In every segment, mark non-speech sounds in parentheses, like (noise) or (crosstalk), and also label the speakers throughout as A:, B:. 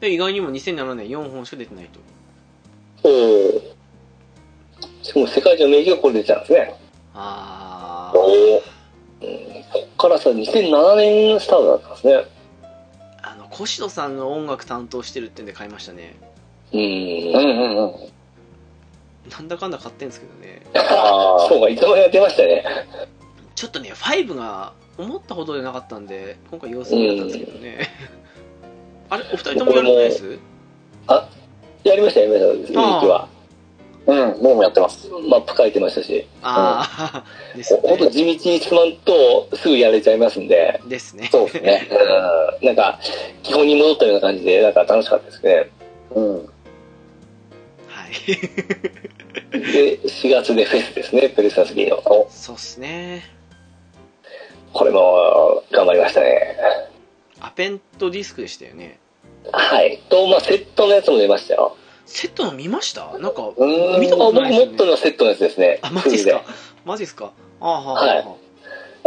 A: で意外にも2007年4本しか出てないと
B: うん。しかも世界中の名義がこれ出てたんですね。
A: あ
B: おこっからさ、2007年のスタートだったんですね。
A: ああのコシドさんの音楽担当してるってんで買いましたね
B: うん。うんうんうん。
A: なんだかんだ買ってんですけどね
C: あ
B: (laughs) そうか、いつもやってましたね。
A: ちょっとね5が思ったほどでなかったんで今回様子見だったんですけどね (laughs) あれお二人ともやるんないです
B: やりました、やりました、
A: ああ
B: ウィークは。
C: うん、僕もやってます。
B: マップ書いてましたし。
A: ああです
B: ほほんと
A: ね
B: 地道に進まんと、すぐやれちゃいますんで。
A: ですね
C: そうですね。
B: うん。なんか、基本に戻ったような感じで、なんか楽しかったですね。
C: うん。
A: はい (laughs)
B: で、4月でフェスですね、プレスタスキーの。お
A: そうっすね
B: これも、頑張りましたね。
A: アペントディスクでしたよね
B: はい。と、まあ、セットのやつも出ましたよ。
A: セットの見ましたなんか
B: うーん。
A: 見たことないですよね
B: あ僕持ったのはセットのやつですね。
A: あマジっすか
B: フル
A: マジっすかあーはーはーは
B: で。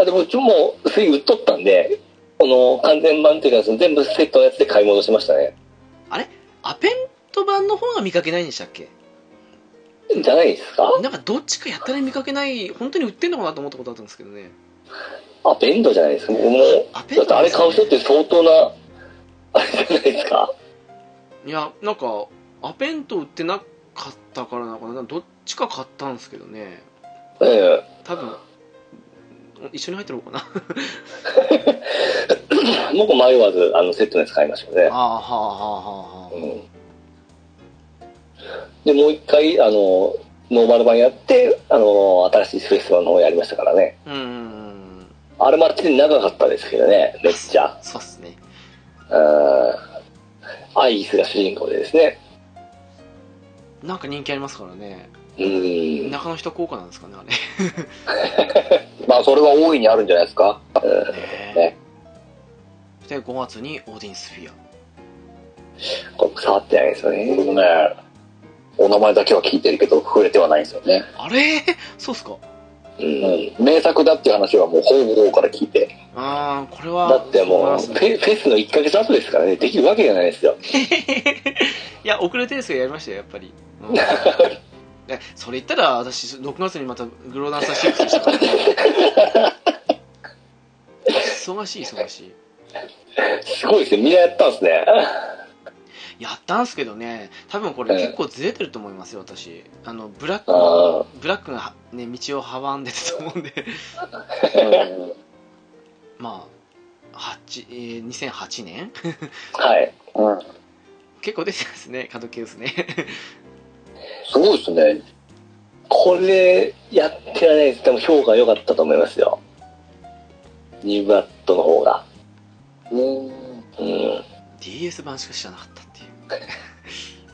B: あと僕も、スイ売っとったんで、この完全版っていうか、全部セットのやつで買い戻しましたね。
A: ーアペント版の方が見かけないんでしたっけ
B: じゃないですか
A: なんかどっちかやったら見かけない本当に売ってんのかなと思ったことあったんですけどね
B: あ、ベンドじゃないですか。もう、
A: アペン
B: だ
A: ト
B: って
A: 版で
B: あれ
A: すか
B: 買
A: ね
B: う人って相当な、あれじゃないですか。
A: いやなんかアペント売ってなかったからなのかなどっちか買ったんですけどね
B: え
A: 多分一緒に入ってるのかな
B: え。僕迷わず、あの、セットのやつ買いましたね。
A: ああはあはあはあ
B: う
A: は
B: んで、もう一回、あの、ノーマル版やって、あの、新しいフェスティバルの方やりましたからね。
A: あうーん
B: あれマッチで長かったですけどね、めっちゃ。
A: そうっすね
B: うん。アイギスが主人公でですね。
A: なんか人気ありますからね
B: うん。
A: 中の人効果なんですかねあれ
B: (laughs)
C: まあ、それは大いにあるんじゃないですか。
A: ねで5月にオーディンスフィア
B: これ触ってないですよ
C: 僕も
B: ね。
C: ね、お名前だけは聞いてるけど、触れてはないんですよね。
A: あれそうっすか
B: うん。
C: うん。名作だっていう話はもう、ほぼほぼから聞いて。
A: ああこれは
B: だってもう、
A: そう
B: フ
A: 思いますね
B: ェフェスの1ヶ月後ですからね、できるわけがないですよ。
A: いや遅れてですけどやりましたよやっぱり、
B: (laughs)
A: うんえそれ言ったら私6月にまたグローダンサー6でしたから、ね、忙しい忙しい
B: すごいですね、みんなやったんですね。
A: やったんすけどね多分これ
B: ええ
A: 結構ずれてると思いますよ私あのブラック
B: あ
A: ブラックが、ね、道を阻んでると思うんで (laughs) まあ8、えー2008年
B: (laughs)
A: (laughs)
B: はい。
C: うん。うん。
A: 結構出てますね角形ですね (laughs)
C: すごいですね。
B: これ、やってられないです。でも評価良かったと思いますよ。ニューブラッドの方が。
C: うん。
B: うん。
A: DS 版しか知らなかったっていう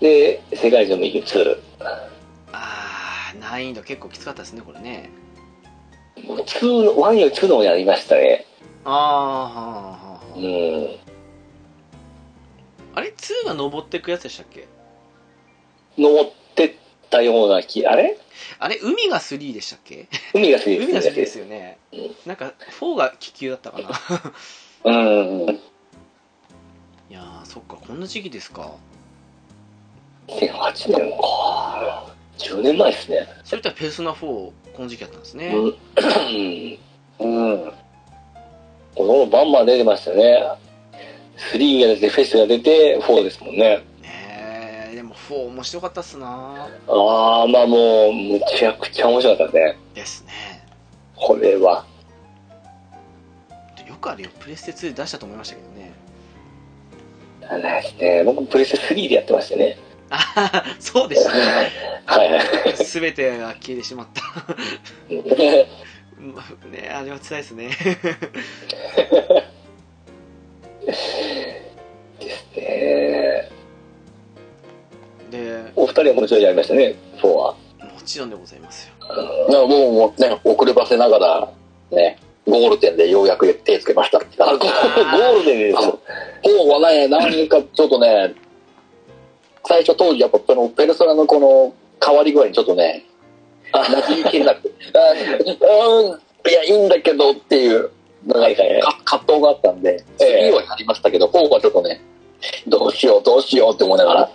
B: で、世界中の右2。
A: ああ難易度結構きつかったですねこれね
B: 2の、1より2の方やりましたね。
A: ああはあはあはあ
B: うん。
A: あれ2が登っていくやつでしたっけ
B: 登ってったような気、あれ
A: あれ海が3でしたっ
B: (laughs)
A: け
B: 海が好きです。
A: 海が3ですよね
B: うん
A: なんか4が気球だったかな (laughs)
B: うん。
A: いやーそっかこんな時期ですか
B: 2008年か。10年前ですね。
A: それとはペルソナ4この時期やったんですね、
B: うん。
C: うん。
B: この頃バンバン出てましたね。3が出て、フェスが出て、4ですもんね。
A: ねえでも4面白かったっすな
B: あー、まあもう、むちゃくちゃ面白かったね。
A: ですね
B: これは。
A: よくあれよプレステ2で出したと思いましたけどね (laughs)
B: あれですね。僕、プレステ3でやってましたね。
A: あははそうでしたね
B: はいはい。
A: 全てが消えてしまった (laughs) まあねあれは辛いですね (laughs)
B: えー
A: で
B: お二人はもちろんやりましたね、4は。
A: もちろんでございます
B: (laughs)
A: よ
C: だから僕もね、遅ればせながら、ね、ゴールデンでようやく手つけましたって
B: あ、
C: 感
B: ゴ
C: じ。
B: ールデンですよ。
C: 方はね、何かちょっとね、最初当時やっぱこのペルソナのこの変わり具合にちょっとね、なじみきれなくて、あうん、いや、いいんだけどっていう、なんか
B: はいはいはい
C: か葛藤があったんで、
B: ええ
C: 3はやりましたけど、4はちょっとね、どうしよう、どうしようって思いながら、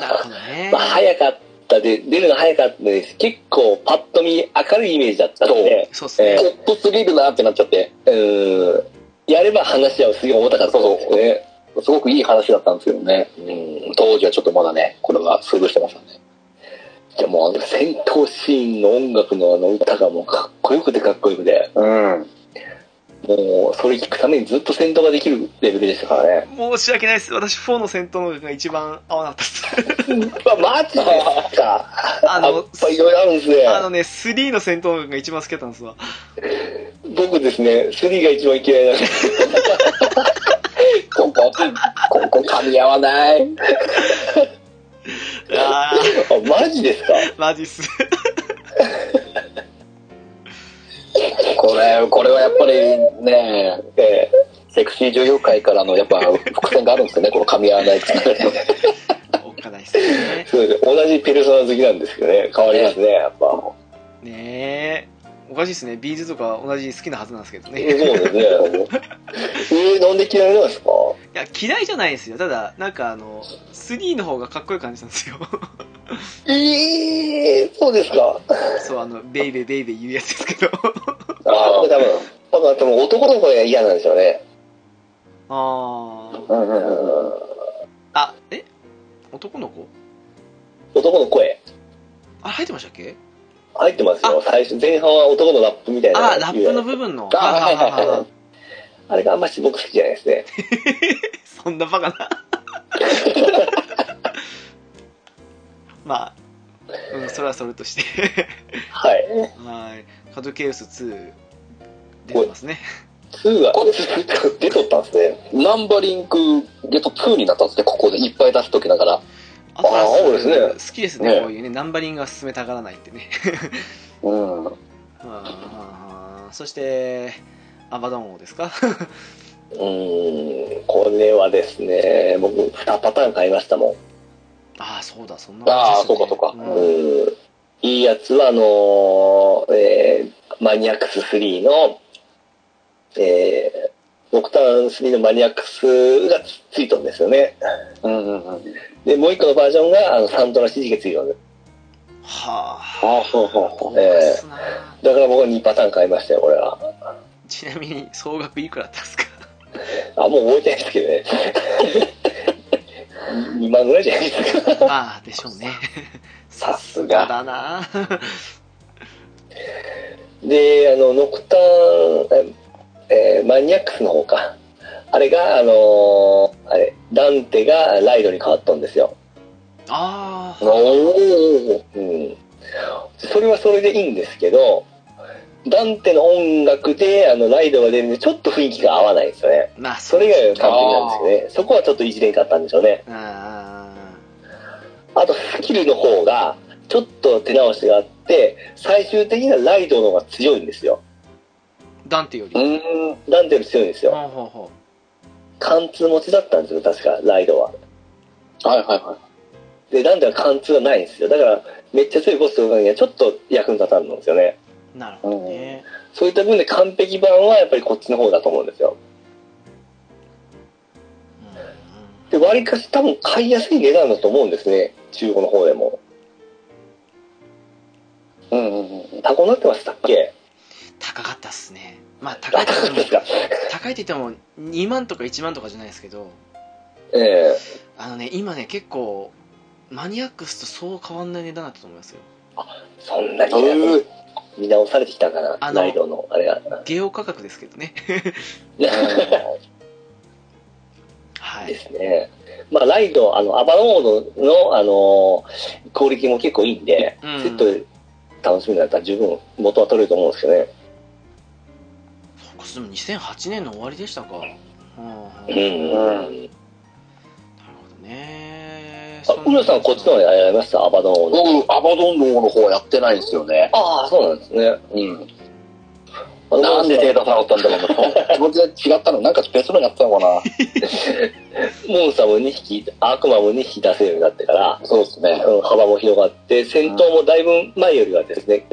A: なるほどね
B: まあ、早かったで、出るの早かったです。結構パッと見明るいイメージだったんで、
A: そうっすね、
B: え
C: トップすぎるなってなっちゃって、
B: うーん、やれば話はすごい重たかった
C: そう
B: で
C: そう、ね、すごくいい話だったんですけどね、うん、当時はちょっとまだね、これはスルーしてましたね。
B: す。じゃあもうあの戦闘シーンの音楽のあの歌がもうかっこよくてかっこよくて、
C: うん。
B: もうそれ聞くためにずっと戦闘ができるレベルでしたからね。
A: 申し訳ないです私4の戦闘能力が一番合わなかった
C: (laughs)
A: です
C: まあ、マジです
B: (laughs)
C: か。
A: あ
C: やっ
A: の
C: ぱいろいろあるんですね。
A: あのね3の戦闘能力が一番好きだったんですわ
B: 僕ですね、3が一番嫌いなんです (laughs)
C: ここ、ここ噛み合わない。
A: あ
B: あマジですか
A: ー (laughs) マジっす
C: これ、これはやっぱりね、
B: ええ
C: セクシー女優界からのやっぱ伏線があるんですよね、この噛み合わないっていうのは
A: おっかないっすよね
B: そうです同じペルソナ好きなんですけどね変わりますねやっぱそ
A: ねえおかしいっすねビーズとか同じ好きなはずなんですけど
B: う
A: ねい
B: ですねえー、なんで嫌いなんですか
A: や嫌いじゃないですよただなんかあの3の方がかっこよく感じたんですよ (laughs)
B: ええそうですか
A: そうあのベイベイベイベイ言うやつですけ
C: (laughs)
A: ど
B: あ
C: あ
B: 多分多分多分男の声が嫌なんでしょうね
A: あー
C: うんうんうん
A: あえ男の子
B: 男の声
A: あ入ってましたっけ
B: 入ってますよ最初前半は男のラップみたいな
A: あラップの部分の
C: あはいはいはい
A: あー
B: あれがあんまし僕好きじゃないですね
A: そんなバカなまあ、うん、それはそれとして
B: はい
A: はいカドケウス2出てますね
B: 2が
C: こ
B: 出とったんですね
C: ナンバリングゲット2になったんですね、ここでいっぱい出しときながら。
A: あとは
B: あーそうですね
A: 好きですね
C: ね
A: こういうねナンバリングが進めたがらないってね
C: うん。
A: あーそしてアバドン王ですか
B: うーんこれはですね僕2パターン買いましたもん
A: ああそうだそんな
C: ああ、
A: で
C: そ
A: す
C: う
A: よ
C: か
A: ね
C: そうか。
A: うん
B: うんいいやつは、あのーえーマニアックス3の、えー、ドクターン3のマニアックスがつついたんですよね。
C: うんうんうん。
B: で、もう一個のバージョンが、あの、サントラ CD がついたんで
A: はあ
C: ああ、そうそう
A: 豪華
C: そ
A: っすな
B: す。だから僕は2パターン買いましたよ、これは。
A: ちなみに総額いくらだったんですか
B: あ、もう覚えてないですけど
C: (laughs)
B: ね。2万ぐらいじゃないですか。
A: まあでしょうね
B: さす
A: そう。だな
B: で、あの、ノクターン、ええーマニアックスの方か。あれが、あのーあれ、ダンテがライドに変わったんですよ。
A: あ
C: う。お
A: あ
C: お。
B: うん。それはそれでいいんですけど、ダンテの音楽で、あの、ライドが出るんで、ちょっと雰囲気が合わないんですよね。
A: まあそ
B: それ以外は完璧なんですよね。そこはちょっといじれんかったんでしょうね。
A: あ
B: あと、スキルの方が、ちょっと手直しがあって、最終的にはライドの方が強いんですよ。
A: ーダンテより
C: う
A: ほ
C: ん。
B: ダンテより強いんです
A: う
B: よ。
A: ほうほ
B: 貫通持ちだったんですよ、確か、ライドは。
C: はいはいは
B: で、ダンテは貫通がないんですよ。だから、めっちゃ強いボスとかにはちょっと役に立たんですよね。
A: うなるほどね
B: そういった分で完璧版はやっぱりこっちの方だと思うんですよ。
A: うん
B: で、割かし多分買いやすい値段だと思うんですね。中古の方でも。
C: い。うんうんうん。
B: タコになってましたっけ
A: 高かったっすねまあ高
B: あ、
A: いって
B: 高か
A: 言
B: った
A: っ
B: です (laughs)
A: ても
B: か。
A: 高いって言っても2万とか1万とかじゃないですけど
B: ええ
A: あのね今ね結構マニアックスとそう変わんない値段だったと思いますよ
B: そんなに
C: う
B: ね
C: ん
B: 見直されてきたかな、
A: あの
B: ライドの、あれが。
A: ゲオ価格ですけどねは
B: で
A: い
B: すね。まあ、ライド、あの、アバロードの、あのークオリティも結構いいんで、
A: うん
B: セットで楽しみだったら十分元は取れると思うんですよね。
A: そっかでも2008年の終わりでしたかうんな
B: う
A: るほ
B: ん。
A: どね
B: あ、浦さん、こっちの方やられましたアバロード。
C: 僕、アバドンの方はやってないんですよね。
B: ああ、そうなんですね。
C: うん。
B: あの
C: なんでデータさらったんだろうな。気持ちが違ったの、なんか別のやってたのかな。
B: モンスターも2匹、悪魔も2匹出せるようになってから、
C: そうですね。
B: うん幅も広がって、戦闘もだいぶ前よりはですね、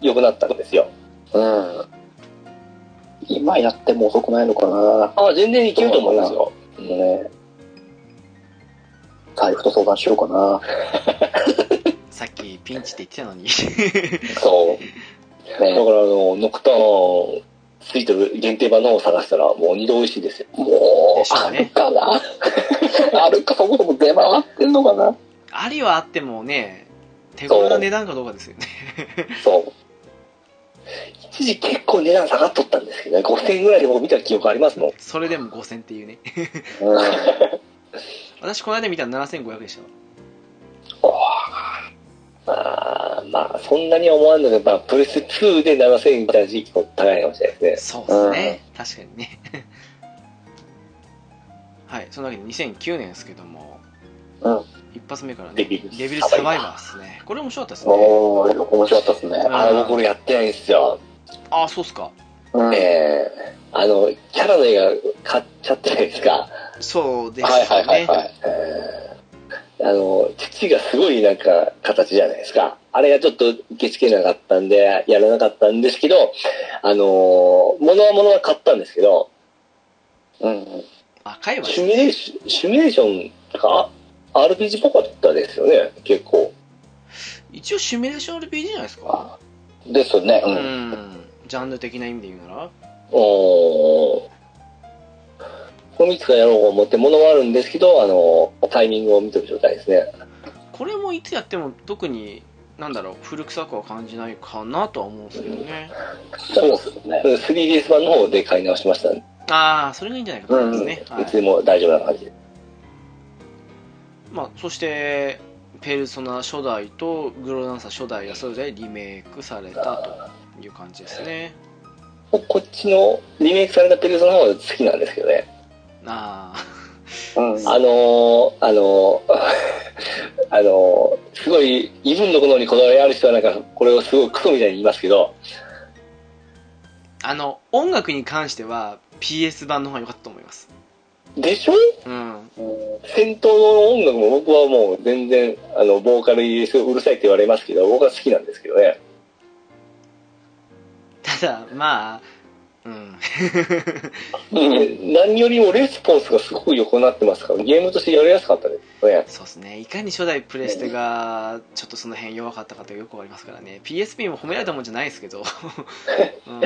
B: 良くなったんですよ。
C: うん。 (laughs) 今やっても遅くないのかな。
B: あ、全然いけると思いますよ。
C: もうね、財布と相談しようかな。
A: さっきピンチって言ってたのに
B: そう。だから、あ
C: ね、
B: の、ノクターン、ついてる限定版のを探したら、もう二度美味しいですよ。
C: も
A: で
C: う
A: し、ょう
C: ある
B: (laughs)
A: ね
C: かなあるか、そもそも出回ってんのかな
A: ありはあってもね手頃な値段かどうかですよね
B: そう。一時結構値段下がっとったんですけどね、5000円ぐらいで僕見た記憶ありますもん。
A: それでも5000っていうね (laughs)
C: うん。
A: 私この間見たら7500でしたわ
B: まあ、まあ、そんなには思わんので、まあ、プレス2で7000円みたいな時期も高いかもしれないです
A: そうですね、確かにね (laughs) はいそんなわけで2009年ですけども、
C: うん
A: 一発目からね
B: デビル
A: デビルサバイバーですねこれ面白かったですね
C: おー、面白かったですね。
B: ね。あの、僕これやってないんですよ。
A: ああそうっすか
C: うん。
B: ええあの、キャラの映画買っちゃったじゃないですか。
A: そうですね、
C: はいはいはいはい。
B: あの、父がすごいなんか形じゃないですか。あれがちょっと受け付けなかったんで、やらなかったんですけど、あのー、物は物は買ったんですけど、
C: うん。
A: あ会話
B: シミュレーション、シミュレーションとか、あ RPG っぽかったですよね、結構。
A: 一応シミュレーション RPG じゃないですか
C: ですよね。
A: う、
C: うんん。
A: ジャンル的な意味で言うなら
B: おーこの3つがやろうと思って、物はあるんですけど、あのー、タイミングを見てる状態ですね。
A: これもいつやっても特になんだろう古臭くは感じないかなとは思うんですけどね、
C: そうですよね。
B: 3DS 版の方で買い直しましたんで、
A: ああそれがいいんじゃないかと思いますね、はい
B: いつでも大丈夫な感じで。
A: まあ、そしてペルソナ初代とグローダンサー初代がそれぞれリメイクされたという感じですね
B: こっちのリメイクされたペルソナの方が好きなんですけどね。
A: ああ
C: うん。
B: あのー、あのー、 (laughs) あのー、すごい、異分のことにこだわりある人はなんか、これをすごいクソみたいに言いますけど、
A: (laughs) あの音楽に関しては PS 版の方が良かったと思います
B: でしょ
A: うん
B: 戦闘の音楽も僕はもう全然、あの、ボーカルにすごいうるさいって言われますけど、僕は好きなんですけどね。
A: ただまあうん (laughs)
C: うん。
B: で何よりもレスポンスがすごく良くなってますから、ゲームとしてやりやすかったですよね。
A: そうですねいかに初代プレステがちょっとその辺弱かったかとよくわかりますからね PSP も褒められたもんじゃないですけど、 (laughs) うん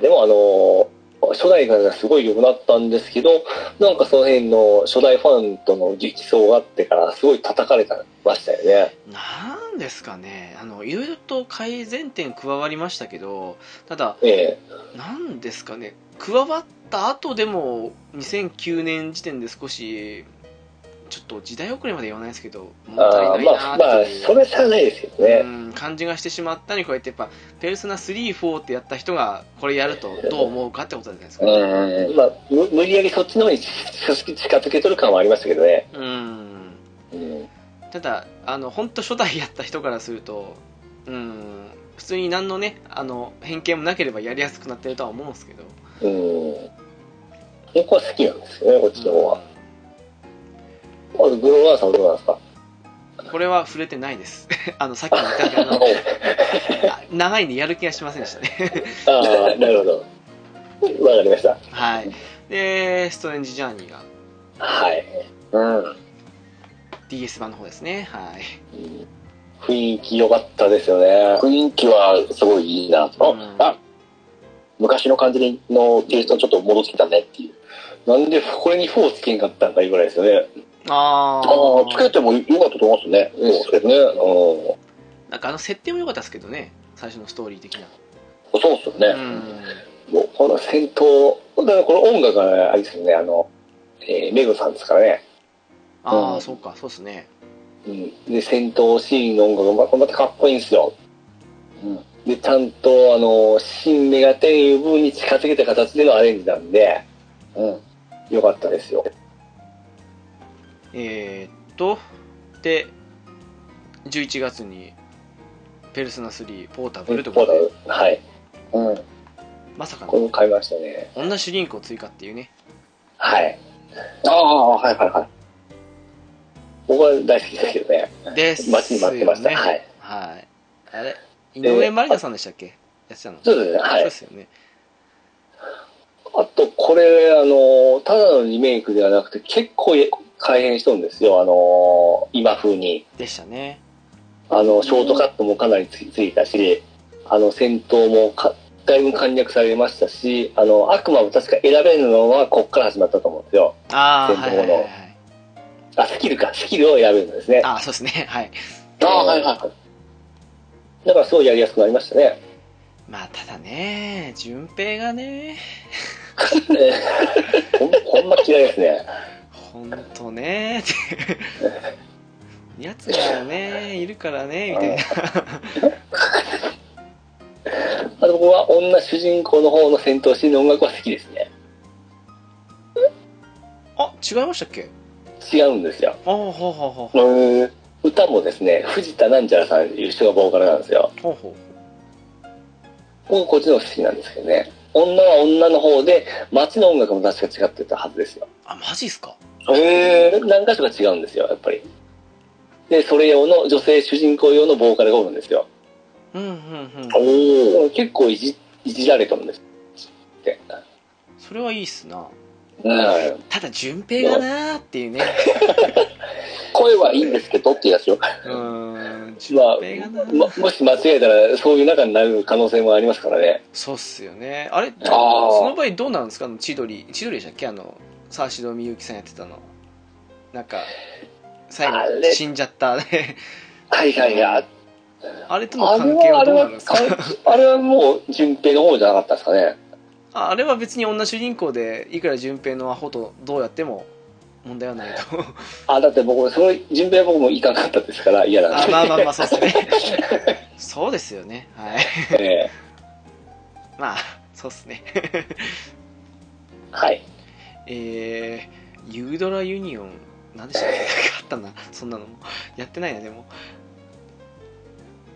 B: でもあのー初代からすごい良くなったんですけど、なんかその辺の初代ファンとの激走があってからすごい叩かれたましたよね。
A: なんですかねあのいろいろと改善点加わりましたけどただ
B: ええ
A: なんですかね加わった後でも2009年時点で少しちょっと時代遅れまで言わないですけど物足
B: あー
A: り
B: ま
A: ないな
B: あ
A: っ
B: まあ
A: ていう、
B: それさえないですよね。
A: うん感じがしてしまったに加えてやっぱ「ペルソナ34」ってやった人がこれやるとどう思うかってことじゃないですか、
C: うん。
B: まあ、む無理やりそっちの方に近づけとる感はありましたけどね。
A: うん
B: うん
A: ただあの本当初代やった人からするとうん普通に何のねあの偏見もなければやりやすくなってるとは思うんですけど
B: うん僕は好きなんですよね、こっちの方は。
A: うん
B: あと、グローラーさんはどうなんですか
A: これは触れてないです (laughs) あのさっきも言ったけどあのあ (laughs) 長いんでやる気がしませんでしたね
B: ああ、なるほど。わかりました。
A: はいでストレンジジャーニーが
B: はい。
C: うん。
A: DS 版の方ですねはい
B: 雰囲気良かったですよね。
C: 雰囲気はすごいいいなと。
A: うん
C: あ、昔の感じのテイストちょっと戻ってきたねっていう。
B: なんでこれに4つけんかったんかいうぐらいですよね。
A: あ
C: ああ、つけ
A: あ
C: てもよかったと思いますね。
B: そうですね。うん
A: なんかあの設定も良かったですけどね最初のストーリー的な
C: そうっすよ
A: う
C: ね。
A: ん
B: もうこの戦闘、だからこの音楽があれですよね、あの、えーメグさんですからね。
A: あ
C: う
A: あ
C: ん
A: そうかそうですね
B: うん。で、戦闘シーンの音楽がまたまたかっこいいんですよ。
C: うん。
B: で、ちゃんと、あの、新メガテンいう部分に近づけた形でのアレンジなんで、
C: うん。
B: 良かったですよ。
A: えー、っとで11月に「ペルソナ3ポータブル」ということで
B: はい。
C: うん。
A: まさか
B: これ
A: の
B: も買いましたね。
A: 女主人公追加っていうね
B: はい。
C: ああ、はいはいはい。
B: 僕は大好きですけどね。
A: ですよ
B: 待ちに待ってました。
A: ね
B: はい。
A: はいあれ井上まりなさんでしたっけやってたの
B: そうですね。は
A: そうで
B: い。
A: すよね。
B: あと、これ、あの、ただのリメイクではなくて、結構え改変しとるんですよ。あの、今風に。
A: でしたね。
B: あの、ショートカットもかなりつついたし、あの、戦闘もか、だいぶ簡略されましたし、あの、悪魔を確か選べるのは、こっから始まったと思うんですよ。
A: ああ、
B: 戦
A: はいは
B: 闘
A: いはい
B: の
A: はい。
B: あ、スキルか。スキルを選べるんですね。
A: ああ、そうですね。 (laughs) はい。
C: ああ、はいはい。
B: だから、すごいやりやすくなりましたね。
A: まあ、ただね、順平がね、
B: ほんほんま (laughs) 嫌いですね。
A: ほんとね、って。やつがね、いるからね、みたいな。
B: あと僕は女主人公の方の戦闘シーンの音楽は好きですね。
A: あ、違いましたっけ
B: 違うんですよ。
A: ああ、ほうほうほうほう。
C: へえ。
B: 歌もですね、藤田なんちゃらさんという人がボーカルなんですよ。
A: ほうほ
B: 僕はこっちの方が好きなんですけどね。女は女の方で、街の音楽も確か違ってたはずですよ。
A: う。あ、マジっすか
C: へえ。
B: 何箇所か違うんですよ、やっぱり。で、それ用の女性主人公用のボーカルがおるんですよ。
A: うん、うん、うん。
C: おお。
B: 結構いじいじられたんですって。
A: それはいいっすな。
B: うん
A: ただ、順平がなーって
B: (laughs)
A: いうね。
C: 声はいいんですけどってやつよ。
A: うーん、順
B: まあ
A: 平がなー、
B: ま、もし間違えたらそういう中になる可能性もありますからね。
A: そうっすよね。あれ
B: あー
A: その場合どうなんですかあの千鳥。千鳥でしたっけあの、沢城みゆきさんやってたの。なんか、最
B: あ
A: 後、
B: れ
A: 死んじゃった。 (laughs) ね
B: はいはいはい。
A: あれとの
B: あれ
A: 関係
B: は、あ
A: はどう
B: れ
A: な
B: は
A: んですかあれは
B: か、あれはもう、順平の方じゃなかったですかね。
A: ああれは別に女主人公で、いくら順平のアホとどうやっても問題はない
B: (laughs)
A: と。
B: あ、だって僕、その順平は僕もいかなかったですから、嫌なん
A: あ
B: で。
A: まあまあまあ、そうですね。そうですよね。はい。
B: (laughs) ええ
A: まあ、そうですね。
B: はい。 (laughs)
A: えー、ユードラユニオン、なんでしたっけ (laughs) なんかあったな、そんなのも。やってないな、でも。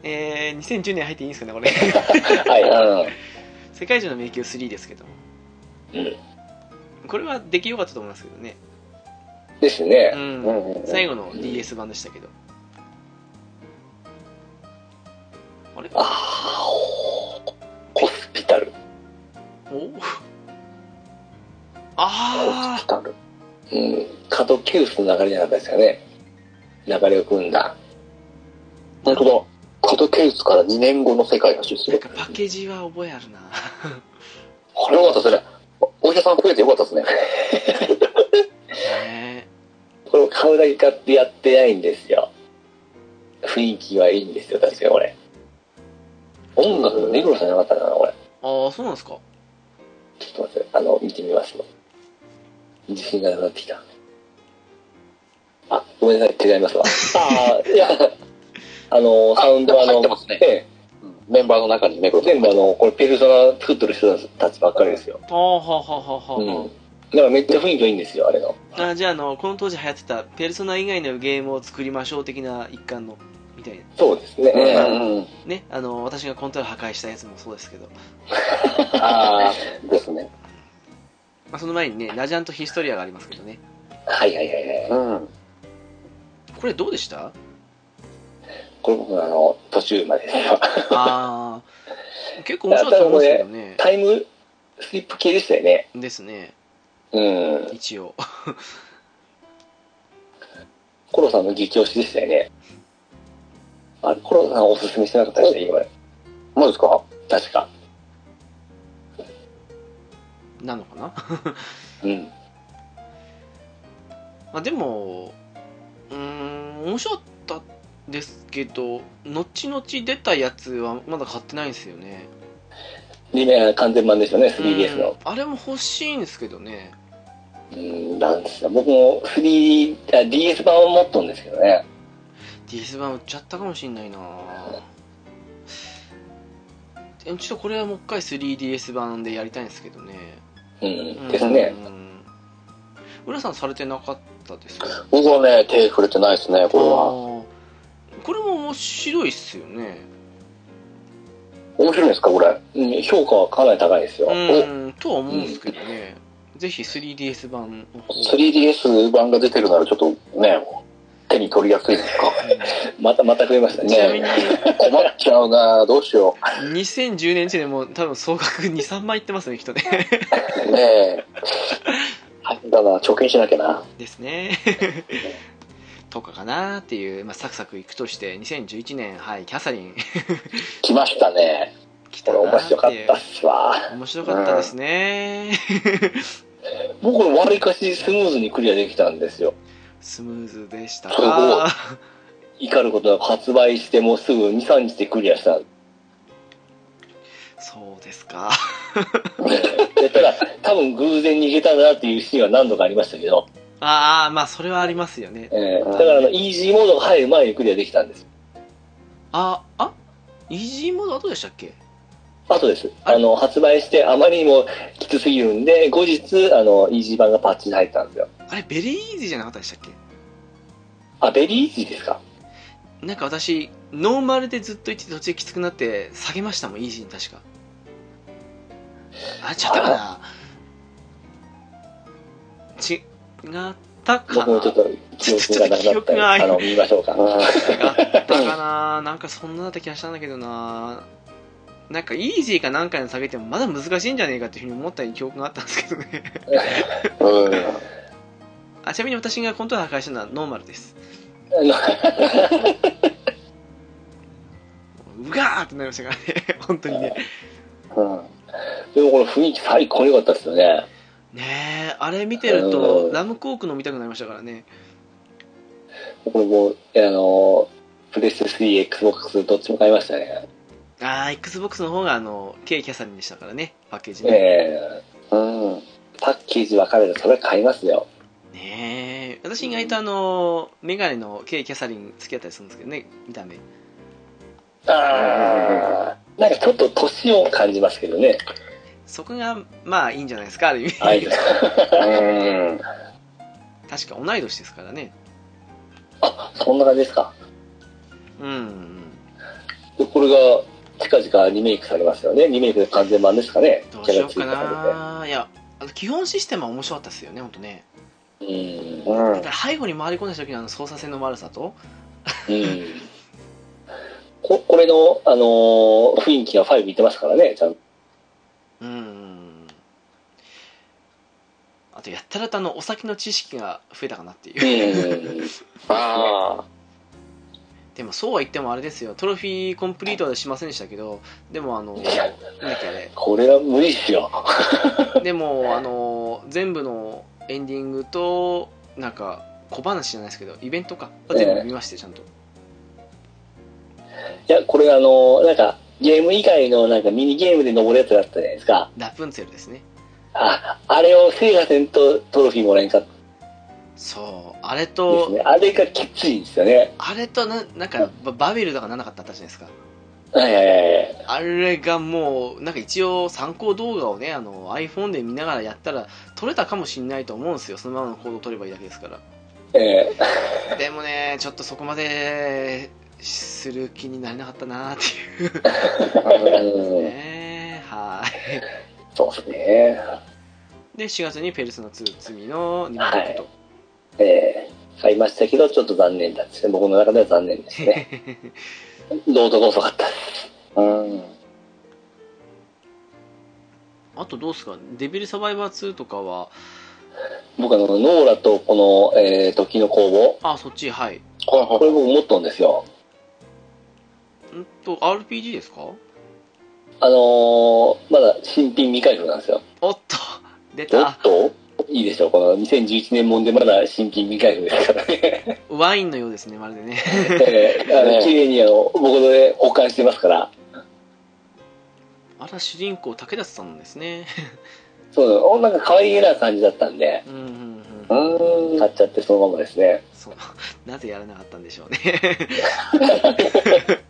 A: えー、2010年入っていいんですかね、これ。 (laughs)
B: はい、
A: 世界中の迷宮3ですけども。
B: うん
A: これは出来良かったと思いますけどね。
B: うん。ですね。
A: うん
B: うんうん
A: 最後の DS 版でしたけど。あれ
B: ああ、ホスピタル。
A: お
B: ホス
A: (laughs) あ
B: ピタル。うん。カドケウスの流れじゃなかったですかね。流れを組んだ。
C: なるほど。カドケウスから2年後の世界が出
A: ー
C: す
A: なんか。
C: る
A: パッケージは覚えあるな。
C: これよかったですね。おお医者さん増えてよかったですね。
A: ね
B: これを買うだけ買ってやってないんですよ。雰囲気はいいんですよ、確かにこれ。音楽の目黒さんじゃなかったかな、これ。
A: ああ、そうなんですか。
B: ちょっと待って、あの、見てみます。自信がなくなってきた。あ、ごめんなさい、違いますわ。ああ、いや、 (laughs) あの、サウンドはあ
C: 入
B: の
C: ってます、ね
B: え
C: メンバーの中にメ
B: え
C: 黒さん
B: 全部あの、これ、ペルソナ作ってる人たちばっかりですよ。
A: ああ、はあはあはあ
B: う
A: はあ。
B: ん。だからめっちゃ雰囲気いいんですよ、あれの。
A: あじゃああのこの当時流行ってたペルソナ以外のゲームを作りましょう的な一環のみたいな
B: そうですね。
C: うんうんうん。
A: ねあの私がコントロール破壊したやつもそうですけど、ま
C: ああ、ですね。
A: あ、その前にねラジャントヒストリアがありますけどね
B: はいはいはいはい。
C: うん。
A: これどうでした
B: これ僕、あの、途中までですよ。
A: あー結構面白かったと思うんですけどね
B: タイムスリップ系でしたよね。
A: ですね
B: うん。
A: 一応
B: コロさんの激推しでしたよね。あれ、コロさんおすすめしてなかったですね、今。
C: マジですか
B: 確か。
A: なのかな
B: うん。
A: まあでもうーん面白かったですけど後々出たやつはまだ買ってないんですよね
B: リメ完全版ですよね、3DS の。
A: うんあれも欲しいんですけどね
B: うん、なんですか。僕も 3D、あ DS 版を持っとんですけどね。
A: DS 版売っちゃったかもしんないなでもちょっとこれはもう一回 3DS 版でやりたいんですけどね、
B: うん、ですね。
A: うん浦さんされてなかったですかあ
C: 僕はね、手触れてないですね、これは。
A: ーこれも面白いっすよね
C: 面白いんですか、これ。
B: うん、評価はかなり高いですよ。
A: うんとは思うんですけどね、ぜひ 3DS 版の方
C: 3DS 版が出てるならちょっとね、手に取りやすいですか
B: またまた増えました
A: ちなみ
B: ね。
A: に、
C: (laughs) 困っちゃうなどうしよ
A: 2010年時点でもう多分総額2、3万いってますね、きっとね。
C: う。 (laughs) ねえ。はい、だな、貯金しなきゃな。
A: ですね。とかかなっていう、まあ、サクサクいくとして、2011年、はい、キャサリ
B: (laughs)
A: ン
C: 来ましたね。
A: 来た
B: これ
A: な
B: 面
A: って
B: 白かっ
A: いう
B: たっ。すわ。
A: 面白かったですね。
B: 僕これ割りかしスムーズにクリアできたんですよ。
A: スムーズでした
C: すご
A: か。
B: 怒ることなく発売してもうすぐ2、3日でクリアしたんで
A: そうですか。
B: でただ、 (laughs) 多分偶然逃げたなっていうシーンは何度かありましたけど、
A: ああ、まあ、それはありますよね
B: え。ーだからあの、イージーモードが入る前にクリアできたんです。
A: あ、あイージーモード後でしたっけ
B: あとです。あの、発売してあまりにもきつすぎるんで、後日、あの、イージー版がパッチで入ったんですよ。
A: あれ、ベリーイージーじゃなかったでしたっけ
B: あ、ベリーイージーですか
A: なんか私、ノーマルでずっと行って途中できつくなって、下げましたもん、イージーに確か。あれ、ちゃったかなち、がったか
B: 僕も
A: な
B: ちょっと記憶がなく
A: ちょっと記
B: な
A: 憶が
B: ったり、あの、見ましょうか。
A: あったかななんかそんなだった気がしたんだけどななんかイージーかなんかに下げてもまだ難しいんじゃねえかっていうふうに思った記憶があったんですけどね
C: うん。
A: あちなみに私がコントロール破壊したのはノーマル
B: (laughs)
A: です
B: あの
A: うがーってなりましたからね本当にね
C: うん。
B: でもこの雰囲気最高に良かったですよね。
A: ねえあれ見てるとラムコーク飲みたくなりましたからね
B: 僕も、あの、プレステ3、Xbox どっちも買いましたね。
A: あー XBOX の方があの K キャサリンでしたからねパッケージね
B: え
C: うん。
B: ー、パッケージ分かれてそれ買いますよ。
A: ねえ私意外とあのメガネの K キャサリン好きだったりするんですけどね見た目
B: あーなんかちょっと年を感じますけどね。
A: そこがまあいいんじゃないですかある意味
B: はい。
C: うん。
A: (laughs) 確か同い年ですからね
B: あ、 (laughs) そんな感じですか。
A: うんうん
B: でこれが近々リメイクされますよね。リメイクで完全版ですかね。
A: どうしようか
B: キャラが
A: ないやあの基本システムは面白かったですよね本当ね
B: 追加されて。うん。
C: う
A: だ
C: ん
A: か。ら背後に回り込んだ時のあの操作性の悪さと
B: うん。ここれの、あのー雰囲気が5似てますからね、ちゃんと。
A: うんうんうんあとやったらとあのお酒の知識が増えたかなっていう
B: うん。
C: あ
A: でもそうは言ってもあれですよトロフィーコンプリートはしませんでしたけどでもあのなんだっけあれ
B: これは無理っすよ。
A: でもあの全部のエンディングとなんか小話じゃないですけどイベントか全部見ましてちゃんと、
B: いや、これあのーなんか、ゲーム以外のなんかミニゲームで登るやつだったじゃないですか。
A: ラプンツェルですね
B: あ、あれを制覇せんとトロフィーもらえんかった
A: そうあれ
B: んです
A: と、
B: ね。あれがきついんですよね。
A: あれとななんかババビルとかなんなかったじゃないですか
B: はいはいはいはい。
A: あれがもうなんか一応参考動画をねあの iPhone で見ながらやったら撮れたかもしれないと思うんですよそのままの行動を取ればいいだけですから
B: え
A: でもねちょっとそこまでする気になれなかったなーっていう
C: あ。
B: ーうん、
A: ねはい
B: そうですね。
A: で4月に「ペルソナ2罪」のリメイクと、
B: えー、買いましたけど、ちょっと残念だったですね。僕の中では残念ですね。
C: (laughs)
B: どうとか遅かったです。
C: うん。
A: あとどうですかデビルサバイバー2とかは
B: 僕あの、ノーラとこの、えー、時の工房、
A: あそっちはい
B: これ僕持っとんですよ。
A: んと RPG ですか
B: あのー、まだ新品未開封なんですよ。
A: おっと出
B: お
A: た
B: っといいでしょう。この2011年もんでまだ新品未開封ですからね。
A: ワインのようですねまるでね (laughs)
C: (laughs)
B: えーあの
C: ね
B: 綺麗にあの僕ので保管してますから。
A: あら主人公武田さんですね
B: そうなのおなんか可愛げな感じだったんで、
A: うんうんうん
C: うん。
B: 買っちゃってそのままですね。
A: (laughs) そうなぜやらなかったんでしょうね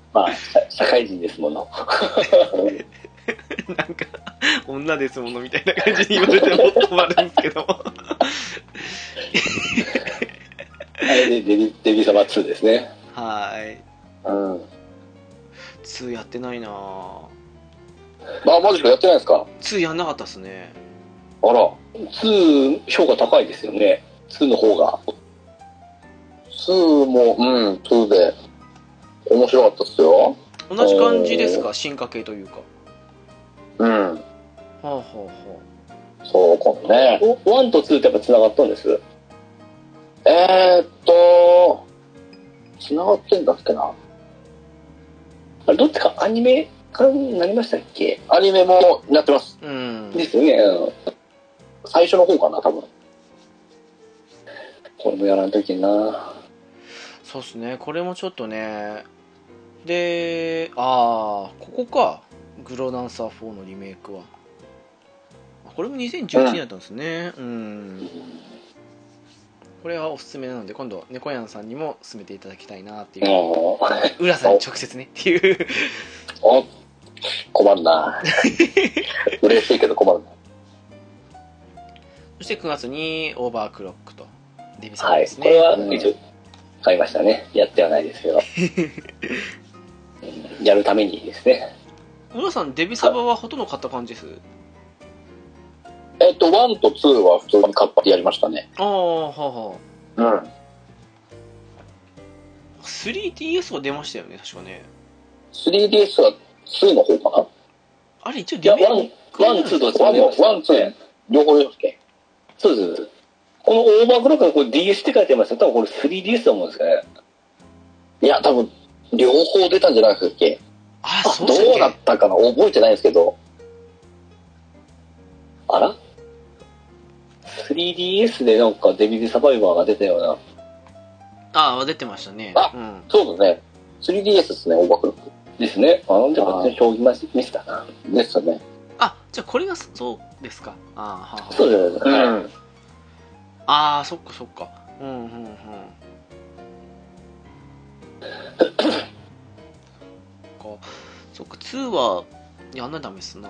A: (laughs)
B: まあ、社社会人ですもの。
A: なんか女ですものみたいな感じに言われても困るんです (laughs) けども
B: あれでデビデビ様2ですね。
A: はい
C: うん。
A: 2やってないなぁ
C: あ、マジか、やってないですか
A: 2やんなかったっすね
C: あら。
B: 2、評価高いですよね。2の方が。
C: 2も、うん、2で、面白かったっすよ。
A: 同じ感じですか進化系というかは
C: うん。
A: あはあは
C: そう、このね。
B: おワンとツーってやっぱ繋がったんです。
C: えー、っと、繋がってんだっけな。
B: あれ、どっちかアニメ化になりましたっけ
C: アニメもやってます。
A: あうん
B: ですよね。うん
C: 最初の方かな、多分。
B: これもやらんときにな。
A: そうっすねこれもちょっとねでああここかグロダンサー4のリメイクはあこれも2011年だったんですねうん、これはおすすめなので今度猫やんさんにも勧めていただきたいなっていう
C: あ
A: 浦さんに直接ねっていう
C: あ、困
B: (laughs)
C: るな。嬉しいけど困るな。
A: そして9月にオーバークロックとデビさん
B: は
A: で
B: い。
A: す
B: こ
A: ね、
B: れは
C: うん
B: 一応買いましたね。やってはないですけど。うんやるためにですね。
A: 浦さんデビサバはほとんど買った感じです
C: えーっと、1と2は普通に買ってやりましたね。
A: ああはあは
C: うん。
A: あ 3DS が出ましたよね確かね
C: 3DS は2の方か
A: あれ一応
B: いや、
A: リメイ
B: ワ
A: ク
B: ン、ワン、ツーと
C: な。
B: 繋
C: 1
B: げ
C: も、
B: ました。
C: 1、2、両方ですっけ
B: そうですそうです。このオーバークロックのこれ DS って書いてありますけど、多分これ 3DS だもんですかね。
C: いや、多分、両方出たんじゃないですかっけ
A: あ
C: あ
A: そう
C: ど
A: でしたっ
C: うだっ
A: け
C: たかな覚えてないんですけど。
B: あら ?3DS でなんかデビルサバイバーが出たような。
A: ああ出てましたね
C: あ
A: うん
C: そうですね。3DS ですね、オーバークロッ
B: ですね。あの、じゃあ、将棋マシミスだな。
C: ク。ですよね。
A: あじゃあこれがそそうですかあーはあはあ
B: そうです。
C: う
B: はい。
C: ん。
A: あーそっかそっかうんうんうんそっかそっか2はやんないダメっすな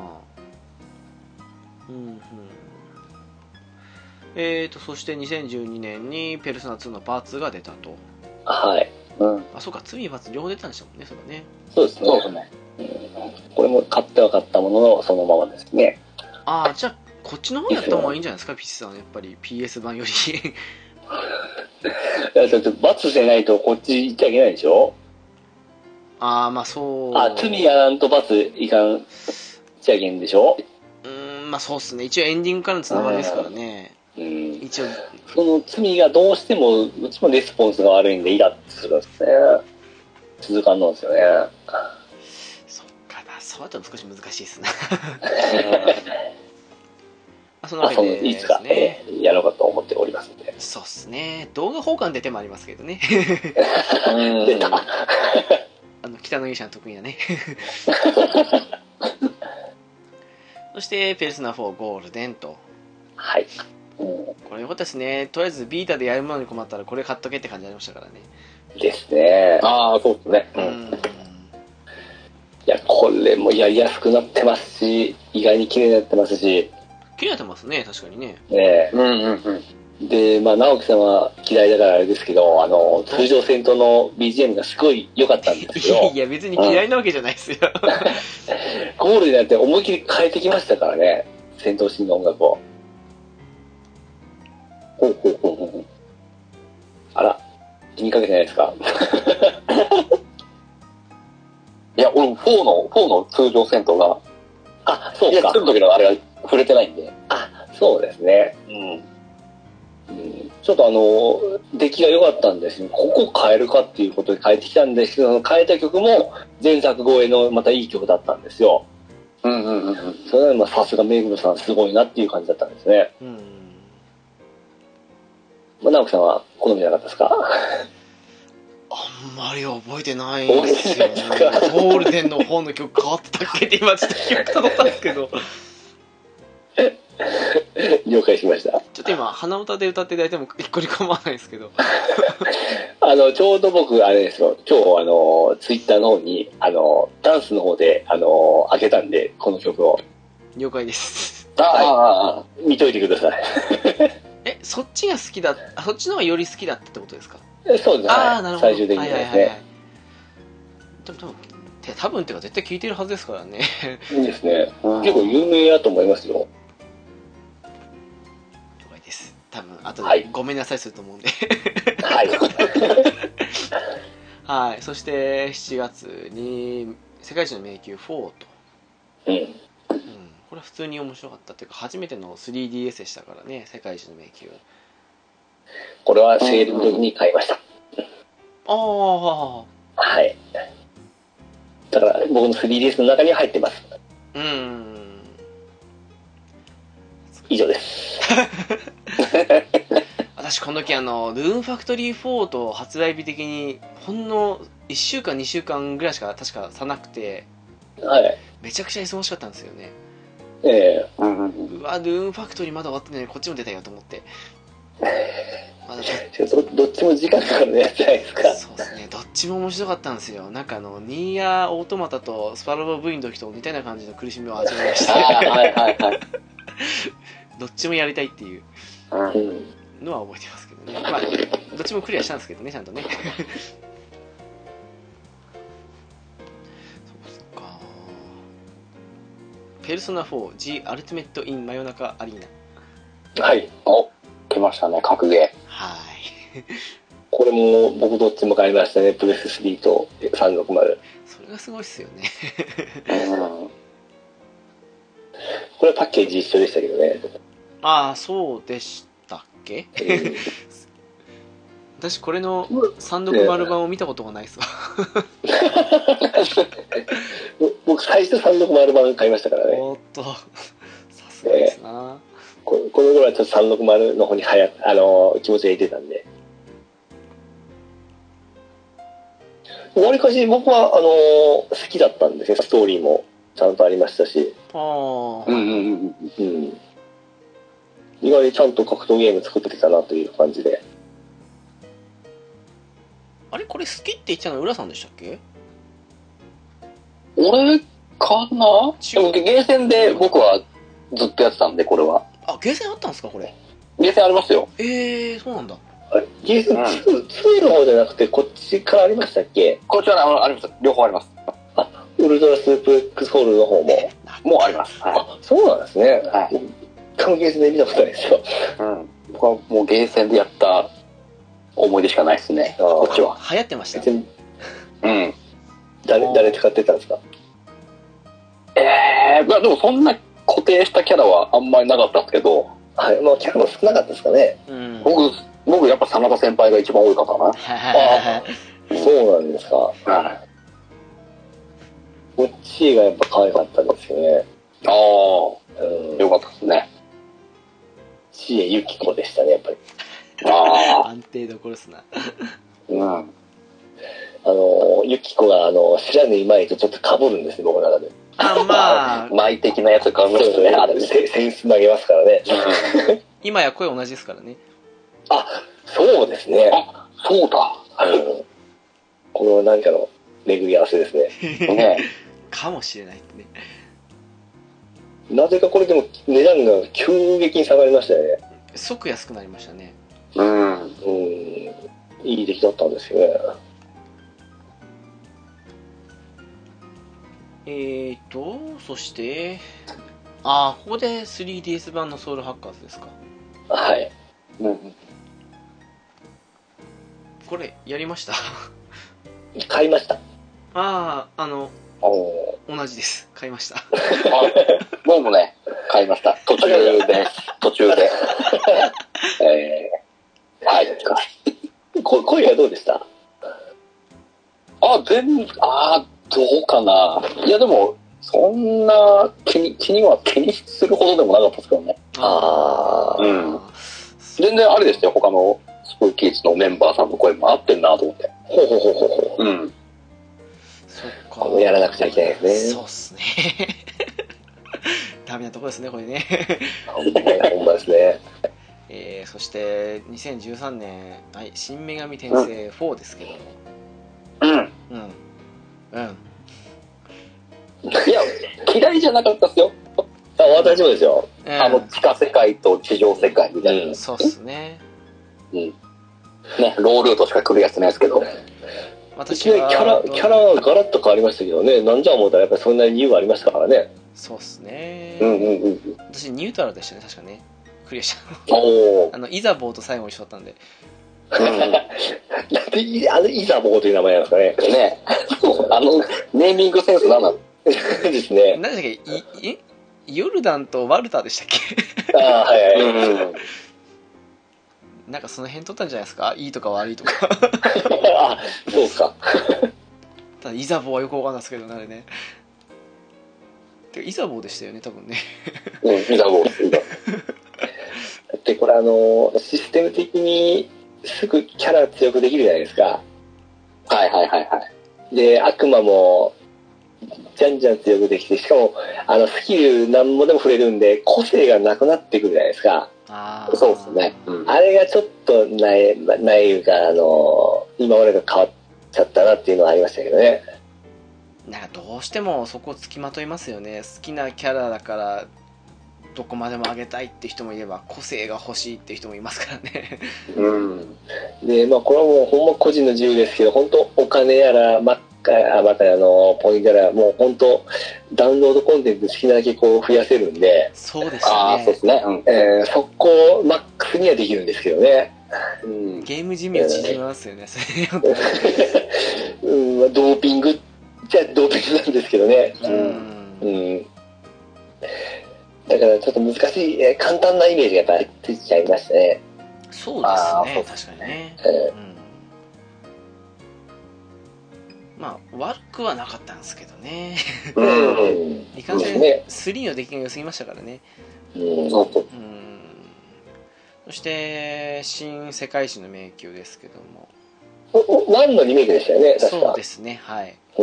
A: うんうんえーとそして2012年に「ペルソナ2」のパーツが出たと
B: はい。
C: うん。
A: あそうか2にパーツ両方出てたんでしたもんねそうだね
B: そうです
C: そうです
B: ね。
C: ね。
B: これも買っては買ったものの、そのままですね。
A: ああじゃあこっちの方やった方がいいんじゃないですかピッチさんやっぱり PS 版より (laughs)
B: いやちょっと罰でないとこっち行っちゃいけないでしょ
A: ああまあそう
B: あ、罪やらんと罰いかん、ちゃいけんでしょ
A: うーんまあそうっすね一応エンディングからのつながりですからね
B: うん。
A: 一応
B: その罪がどうしても、うちもレスポンスが悪いんで、イラッとするんですね。続かんのですよね。
A: そっかなそうだと少し難しいっすな (laughs) そのわ
B: あ、
A: け
B: その、
A: で
B: い
A: で
B: つ
A: す
B: か、
A: ね
B: えーやろうかと思っておりますんで。
A: そうっすね動画交換で手もありますけどね (laughs)
C: うん。
B: 出た。
A: あの北野勇者の得意なね (laughs) そして「ペルソナ4ゴールデン」と
B: (laughs) はい。
A: これよかったですねとりあえずビータでやるものに困ったらこれ買っとけって感じありましたからね
B: ですね。
C: ああ、そうですね。
A: う
C: うん
A: ん
B: いや、これもやりやすくなってますし、意外に綺麗になってますし、
A: 気になってますね確かにね
B: ね
C: うんうんうん。
B: で、まあ、直樹さんは嫌いだからあれですけど、あの、通常戦闘の BGM がすごい良かったんですけ
A: いや
B: ど
C: (laughs)
A: い、や別に嫌いなわけじゃないですよ
B: ゴールになって思いっきり変えてきましたからね、戦闘シーンの音楽を。
C: ほうほうほうほうほう。
B: あら、気にかけてないですか
C: (laughs) いや、俺、4の、4の通常戦闘が、
B: あ、そう
C: いや、
B: か
C: 作。る時のあれが触れてないんで。
B: あ、そうですね。う
C: うん。
B: んちょっとあの、出来が良かったんですよ。ここ変えるかっていうことで変えてきたんですけど、その変えた曲も前作超えのまたいい曲だったんですよ。
C: うんうんうんうん。
B: それはまあさすがメグロさんすごいなっていう感じだったんですね。
A: うん
B: まあ、直樹さんは好みじゃなかったですか (laughs)
A: あんまり覚えてないんですよね。ゴールデンの方の曲変わってたっけって今ちょっと記憶たどったんですけど、
B: 了解しました。
A: ちょっと今鼻歌で歌っていただいても一個に構わないですけど、
B: あの、ちょうど僕、あれですよ、今日あの、ツイッターの方に、あの、ダンスの方で、あの、開けたんで、この曲を。
A: 了解です。
C: ああ、ああ、
B: 見といてください。
A: え、そっちが好きだ、あそっちの方がより好きだったってことですか
B: そうですね。
A: ああ、なるほど。
B: 最終的にはですね。
A: い。多分、多分て多分ってか絶対聞いてるはずですからね。
B: いいですね。
C: うん
B: 結構有名だと思いますよ。
A: 了解です。多分、後
B: は
A: で
B: い
A: ごめんなさいすると思うんで。
B: はい。
A: はい、そして7月に「世界一の迷宮4」と、
B: うん。
A: うん、これは普通に面白かったというか初めての 3DS でしたからね「世界一の迷宮」
B: これはセールの時に買いました。
A: ああ
B: はい。だから、僕の 3DS の中には入ってます。
A: うん
B: 以上です。
A: 私この時あの「ルーンファクトリー4」と発売日的にほんの1週間2週間ぐらいしか確かさなくて
B: はい。
A: めちゃくちゃ忙しかったんですよね
B: ええ
C: うん。
A: うわルーンファクトリーまだ終わってないのにこっちも出たよと思ってまだ
B: ちょっとどっちも時間かかるやつじゃないですか。
A: そうですねどっちも面白かったんですよなんかあのニーヤーオートマタとスパロボ V の時と似たような感じの苦しみを味わいまし
C: あ
A: (laughs) て
C: あ、はいはいはい。
A: どっちもやりたいっていう
C: うん
B: うん。
A: のは覚えてますけどねまあどっちもクリアしたんですけどねちゃんとねそっか「ペルソナ 4G アルティメット・イン・真夜中アリーナ
B: はい。
C: お、来ましたね、格ゲ」
A: はい
B: これも僕どっちも買いましたね。プレス3と360。
A: それがすごいっすよね
C: ー。うん。
B: これパッケージ一緒でしたけど
C: (laughs)
B: ね。
A: ああそうでしたっけ私これの360版を見たことがないっすわ
B: うん僕最初360版買いましたからね。
A: おーっと、 (laughs) さすがですな。
B: ここの頃はちょっと360の方に早く、あのー気持ちがいてたんで。わりかし僕は、あのー好きだったんですね。ストーリーもちゃんとありましたし。
A: あ
C: うん
A: あ、
C: うんうんうん。
B: うん。意外にちゃんと格闘ゲーム作ってたなという感じで。
A: あれこれ好きって言ってたの浦さんでしたっけ
C: 俺かなでもゲーセンで僕はずっとやってたんで、これは。
A: あ、ゲーセンあったんですかこれ。
C: ゲーセンありますよ。
A: ええー、そうなんだ。
B: あれ、ゲーセン
C: うん
B: 2、2の方じゃなくてこっちからありましたっけ
C: こっちはねあのあります。両方あります。
B: ウルトラスープレックスホールの方も。
C: もうあります。はい。
B: あ、そうなんですね。
C: はい
B: 僕一回もゲーセンで見たことないですよ。
C: うん。僕はもうゲーセンでやった思い出しかないですね。
B: あー
C: こっちは。
A: 流行ってました
B: 別。に
C: うん。
B: 誰、誰使ってたんですか
C: えー、まあでもそんな固定したキャラはあんまりなかったんですけど、
B: はい。まあ、キャラも少なかったですかね。
A: うん。はい
C: 僕、僕やっぱ真田先輩が一番多いかったか
A: はいはいはい。
B: そうなんですか。
C: な。はい。
B: こっちがやっぱ可愛かったですよね。
C: ああ、
B: うん。
C: よかったですね。
B: ちえゆき子でしたね、やっぱり。
C: ああ、
A: 安定どころっすな。
C: うん。
B: あの、ゆき子が、あの、知らぬい前とちょっとかぶるんですね、僕の中で。
A: あ、まあ、
C: 舞的なやつかぶ
B: そうで
C: るですす
B: ね。
C: ね、
B: あ
C: あ
B: れ、
C: れ
B: セセンス投げますからね。
A: 今や声同じですからね。
B: あ、そうですね。
C: あ、そうだ。
B: うんこれは何かの巡り合わせですね。
C: ね
A: かもしれないってね。
B: なぜかこれでも値段が急激に下がりましたよね。
A: 即安くなりましたね。
C: うん。
B: うん。いい出来だったんですよね。
A: えーと、そして、ああ、ここで 3DS 版のソウルハッカーズですか。
B: はい。
C: うん。
A: これ、やりました。 (laughs)
B: 買いました。
A: ああ、あの、
B: お
A: 同じです。買いました。
C: あ僕 (laughs) もね、買いました。途中です。途中で。 (laughs) えー、はい。
B: こ声はどうでした
C: あ、全、あー、どうかな。いや、でも、そんな気に、気には気にするほどでもなかったですけどね。
B: あー
C: うん全然あれですよ、他のスプーキーズのメンバーさんの声も合ってんなと思って。
B: ほうほうほうほうほ
C: うん。
A: そっか
B: これやらなくちゃいけないですね
A: そうっすねダメなとこですねこれね、 (laughs)
B: う。ほんまですね。
A: えー、そして2013年、はい「新女神転生4」ですけども
C: うん。
A: うんうん
C: いや、嫌いじゃなかったですよ。
B: あ、私もですよ。
A: うん
C: あの、地下世界と地上世界みたいな。
B: うん
A: そうっすね
C: ね、ロールートしかクリアしてないですけど。
B: い
A: 私
B: きなり
A: は
B: キャラ、キャラがガラッと変わりましたけどね。なんじゃ思うたらやっぱりそんな理由がありましたからね。
A: そうっすね、
C: うんうんうん。
A: 私ニュートラルでしたね確かねクリアした
C: おー。
A: あのイザボーと最後一緒だったんで
C: (laughs)
B: なんでい、あの、イザボーという名前なんですかね。
C: ね (laughs) あの、ネーミングセンス何なの
B: (laughs) ですね。
A: 何でしたっけいいヨルダンとワルターでしたっけ (laughs)
B: ああ、はいはい。
C: ん。
A: なんかその辺取ったんじゃないですかいいとか悪いとか
B: (laughs) あ
C: そうっすか。
A: ただイザボーはよくわかんないですけどねあれねてかイザボーでしたよね多分ね
C: うん、見た方がいいな
B: だってこれあの、システム的にすぐキャラ強くできるじゃないですか。
C: はいはいはいはい。
B: で、悪魔も、じゃんじゃん強くできて、しかも、あの、スキル何もでも触れるんで、個性がなくなってくるじゃないですか。
A: ああ
C: そうですね。うん。
B: あれがちょっとない、ないいうか、あの、今までが変わっちゃったなっていうのはありましたけどね。
A: なんかどうしてもそこつきまといますよね好きなキャラだからどこまでも上げたいって人もいれば個性が欲しいって人もいますからね
C: うん。
B: で、まあ、これはもうほんま個人の自由ですけど、本当お金やら、まっか、あ、またあの、ポイントやら、もう本当ダウンロードコンテンツ好きなだけこう増やせるんで、
A: そうでし
C: あ
A: た
C: あ、そうで
A: ね
C: すね。うん。
B: えー、速攻マックスにはできるんですけどね。
C: うん。
A: ゲーム寿命縮みますよねそれによって
B: うん、ま (laughs) あドーピングじゃドーピングなんですけどね。
A: う
C: うん
A: ん
B: うん。だからちょっと難しい、えー簡単なイメージがやっぱりついちゃいましたね。
A: そう
C: あーそう
A: で
C: です
A: ね確かにね、
B: え
A: うん、まあ悪くはなかったんですけどね
C: うん。
B: ん。
A: いかんせ
B: そうんね
A: 3の出来が良すぎましたからね
B: うん。
C: そうそう。
A: うんそして新世界史の迷宮ですけども
B: おおワンのリメイクでしたよね、確
A: そう
B: か。
A: ですねはい
B: う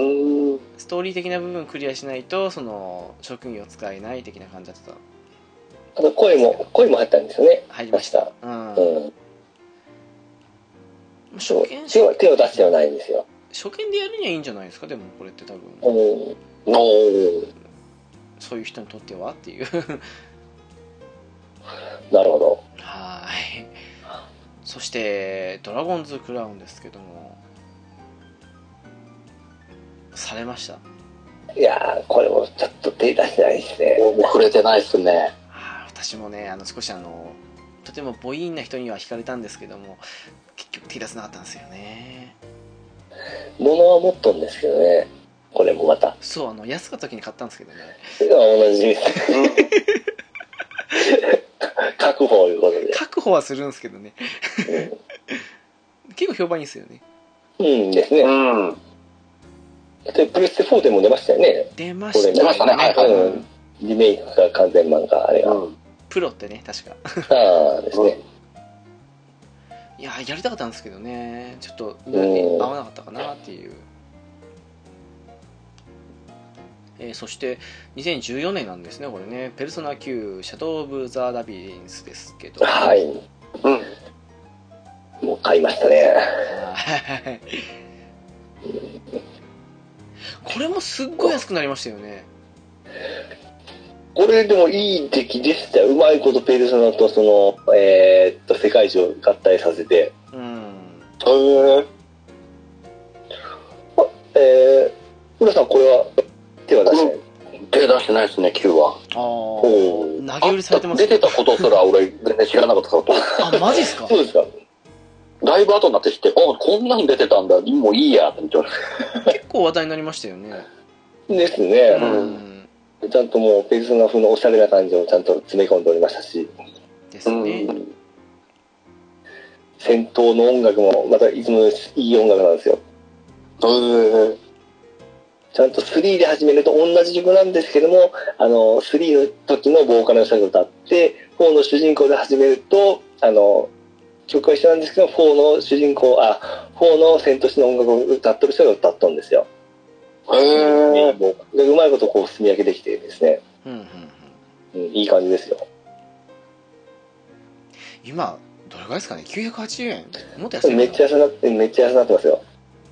B: ん。
C: うん。
A: ストーリー的な部分クリアしないとその職業使えない的な感じだった
B: あと声も、声も入ったんですよね。
A: 入りましたうん
B: うん。
A: 初
B: そう
A: 見
B: 手を手を出してはないんですよ。
A: 初見でやるにはいいんじゃないですかでもこれって多分
B: うん。うん
C: おー。
A: そういう人にとってはっていう (laughs)
B: なるほど。
A: はーいそして「ドラゴンズ・クラウン」ですけどもされました
B: いやー、これもちょっと手出してないですね。
C: もう触れてないっすね。
A: あー私もねあの少しあのとても母音な人には惹かれたんですけども結局手出せなかったんですよね
B: 物は持っとんですけどね。これもまた。
A: そうあの安かった時に買ったんですけどね
B: 同じです。確保いうことで。
A: 確保はするんですけどね結構評判いいですよね
B: うんです
C: う
B: ね。
C: ん。うん。
B: で、プレステ4でも出ましたよね。
A: 出ま
B: こ
A: した
B: れ
A: ね
C: 出ましたねはいはい
B: うんリメイクか完全版か、あれが。
A: プロってね確か
B: ああですね。
A: いややりたかったんですけどねちょっとみんなに合わなかったかなっていう、えーそして2014年なんですねこれね「ペルソナ9シャドウ・オブ・ザ・ラビリンス」ですけ
C: (laughs)
A: ど
B: はい。
C: うん。
B: もう買いましたね。
A: はい (laughs) これもすっごい安くなりましたよね
B: これでもいい出来でしたよ。うまいことペルソナとその、えーっと、世界一を合体させて。
A: うん
C: へえ。
B: えー、浦さんこれは手は出してない
C: 手出してないっすね、9は。
A: ああ
B: お
A: 投
B: う
A: げ売りされてます
C: 出てたことすら俺全然知らなかったからと思って、
A: あマジっすか
B: そうですか。
C: だいぶ後になって知って、あ、こんなに出てたんだ、もういいや、って思って
A: 結構話題になりましたよね
B: です
A: う
B: ね。
A: ん
B: ちゃんともうペルソナ風のおしゃれな感じをちゃんと詰め込んでおりましたし、
A: ですね
C: うん
B: 戦闘の音楽もまたいつものいい音楽なんですよ。
C: へえ。
B: ちゃんと3で始めると同じ曲なんですけども、あの、3の時のボーカルの人が歌って、4の主人公で始めると、あの、曲は一緒なんですけど、4の主人公、あ、4の戦闘士の音楽を歌ってる人が歌ったんですよ。
C: へえ。
B: ボーカルでうまいことこう、積み上げできてですね、
A: うんうんうん
B: うん、いい感じですよ。
A: 今どれぐらいですかね980円もっと安いかな
B: めっちゃ安くなって、めっちゃ安くなってますよ。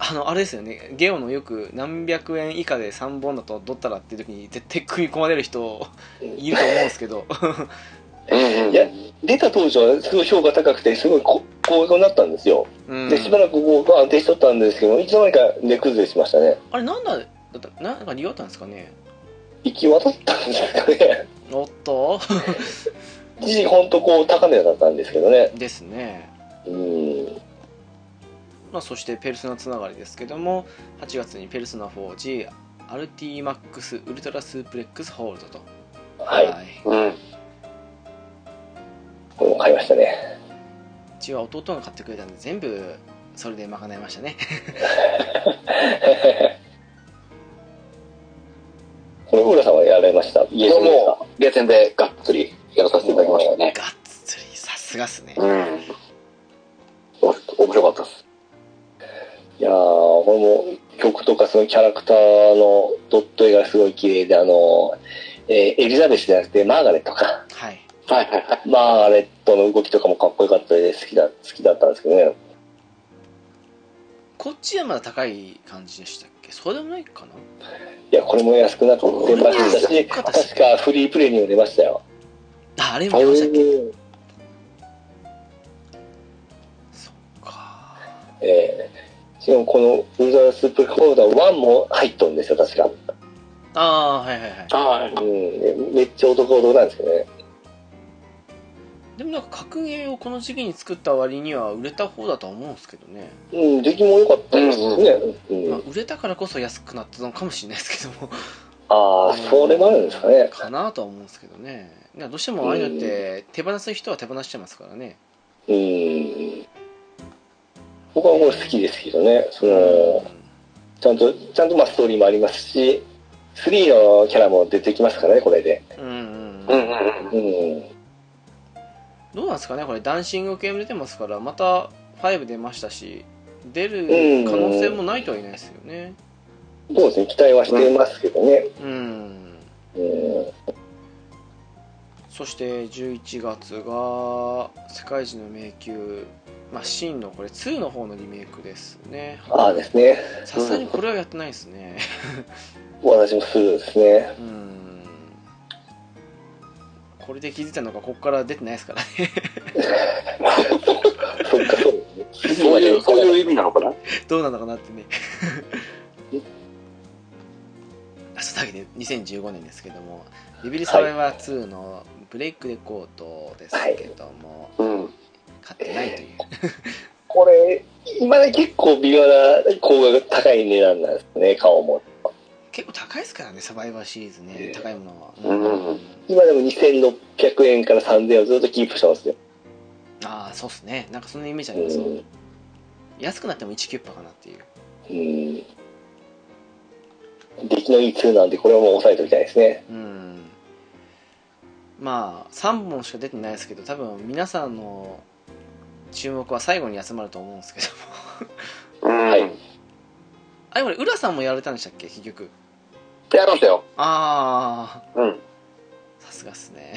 A: あのあれですよねゲオのよく何百円以下で3本だとどったらっていう時に絶対食い込まれる人いると思うんですけど
C: うんうん
B: いや出た当時はすごい評価高くて、すごいこ好評になったんですよ。
A: うん
B: (laughs) で、しばらくこう、安定しとったんですけども、いつの間にか値崩れしましたね。
A: あれなんだだったなんか理由あったんですかね
B: 行き渡ったんですかね。 (laughs)
A: おっと (laughs)
B: 一時本当こう高値だったんですけどね。
A: ですね
B: うん。
A: まあ、そしてペルソナつながりですけども8月にペルソナ 4G アルティマックスウルトラスープレックスホールドと
B: はい。
C: うん。
B: これも買いましたね。
A: うちは弟が買ってくれたんで全部それで賄いましたね (laughs)
B: これ、浦さんはやられました。
C: こ
B: 家
C: れ
B: でも
C: も、ゲーセンでがっつりやらさせていただきましたね。
A: がっつりさすがっすね
C: うん。お面白かったです。
B: いやー、これも曲とかそのキャラクターのドット絵がすごい綺麗で、あの、えーエリザベスじゃなくてマーガレットか。
A: はい
C: はいはいはい。
B: マーガレットの動きとかもかっこよかったで好きだ、好きだったんですけどね。
A: こっちはまだ高い感じでしたっけそうでもないかない
B: や、これも安くなってましたし、確かフリープレイにも出ましたよ。
A: ああれも
B: はい
A: 出ましたっけそっか
B: えー、しかもこのウルトラスープホールダー1も入っとるんですよ、確か。
A: ああはいはいはい
C: はい。
B: うん、めっちゃ男男なんですけどね。
A: でもなんか格ゲーをこの時期に作った割には売れた方だとは思うんですけどね、
B: うん、出来も良かったですね。うん
A: まあ、売れたからこそ安くなったのかもしれないですけども
B: ああ、それもあるんですかね。
A: かなとは思うんですけどねなんかどうしてもああいうのって手放す人は手放しちゃいますからね
B: うん。僕はこれ好きですけどね。その、
A: う
B: ちゃんと、ちゃんとまあストーリーもありますし、3のキャラも出てきますからね、これで。
A: んうん
C: う
A: うんん
C: うんうん。
B: うん。
A: どうなんですかねこれダンシング系も出てますからまた5出ましたし出る可能性もないとは言えないですよね
B: そうですね、期待はしてますけどね。
A: うん
B: うん。
A: そして11月が「世界一の迷宮」まあ、シンのこれ2の方のリメイクですね
B: ああですね。
A: さすがにこれはやってないですね
B: 私もするんですね。
A: うんこれで気づいたのかここから出てないですからね
B: そっか、そうですね。
C: そういう、そういう意味なのかな
A: どうなのかなってねあそうだけで2015年ですけども「ビビリサバイバー2」のブレイクレコードですけども、
C: うん。
A: 買ってないという
B: これ、今ね結構微妙な、高額高い値段なんですね、顔も。
A: 結構高いですからねサバイバーシリーズね、
B: ええ
A: 高いものは、
C: うん
B: 今でも2600円から3000円をずっとキープしてますよ。
A: ああそうっすねなんかそんなイメージあ
B: う
A: ります、
B: ん。
A: 安くなっても1キュッパかなっていう
B: うん。出来のいい2なんで、これはもう抑えておきたいですね。
A: うんまあ3本しか出てないですけど多分皆さんの注目は最後に集まると思うんですけども (laughs)
C: うん。
B: はい
A: あれこれ浦さんもやられたんでしたっけ結局
C: やらんだよ。
A: ああ
C: うん。
A: さすがっすね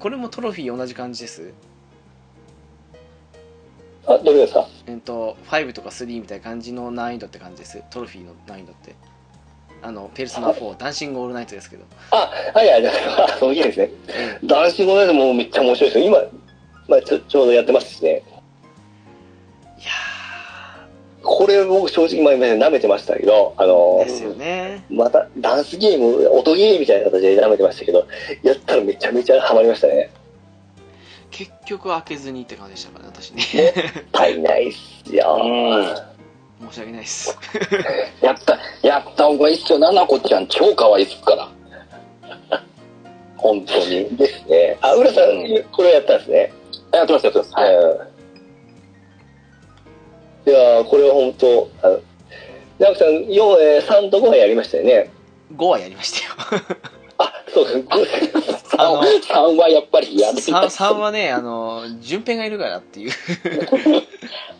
A: これもトロフィー同じ感じです
B: あ、どれですか
A: えっと5とか3みたいな感じの難易度って感じですトロフィーの難易度ってあの「ペルソナ4ダンシングオールナイト」ですけど
B: あ、はいはい、じゃあ、そのゲームですね。男子語のやつもめっちゃ面白いですよ。今、まあちょ、ちょうどやってますしね。
A: いや
B: これ僕正直前まで舐めてましたけど、あの
A: ーですよね
B: またダンスゲーム、音ゲームみたいな形で舐めてましたけど、やったらめちゃめちゃハマりましたね。
A: 結局開けずにって感じでしたからね私ね
B: 足りないっすよ。
C: うん
A: 申し訳ないです (laughs)
C: やった、やったほうがいいっすよ。ななこちゃん超可愛いっすから。本当に。
B: ですね。あ、浦さん、
C: うん
B: これやったんですね。
C: やってます、やってます。はい。
B: うん。いやーこれは本当、あの、ナオキさん、4、えー、3と5はやりましたよね。
A: 5はやりましたよ
B: あ、そうです。(laughs)
C: 3
A: あの
C: はやっぱりやめ
A: 3, はねあの順平がいるからっていう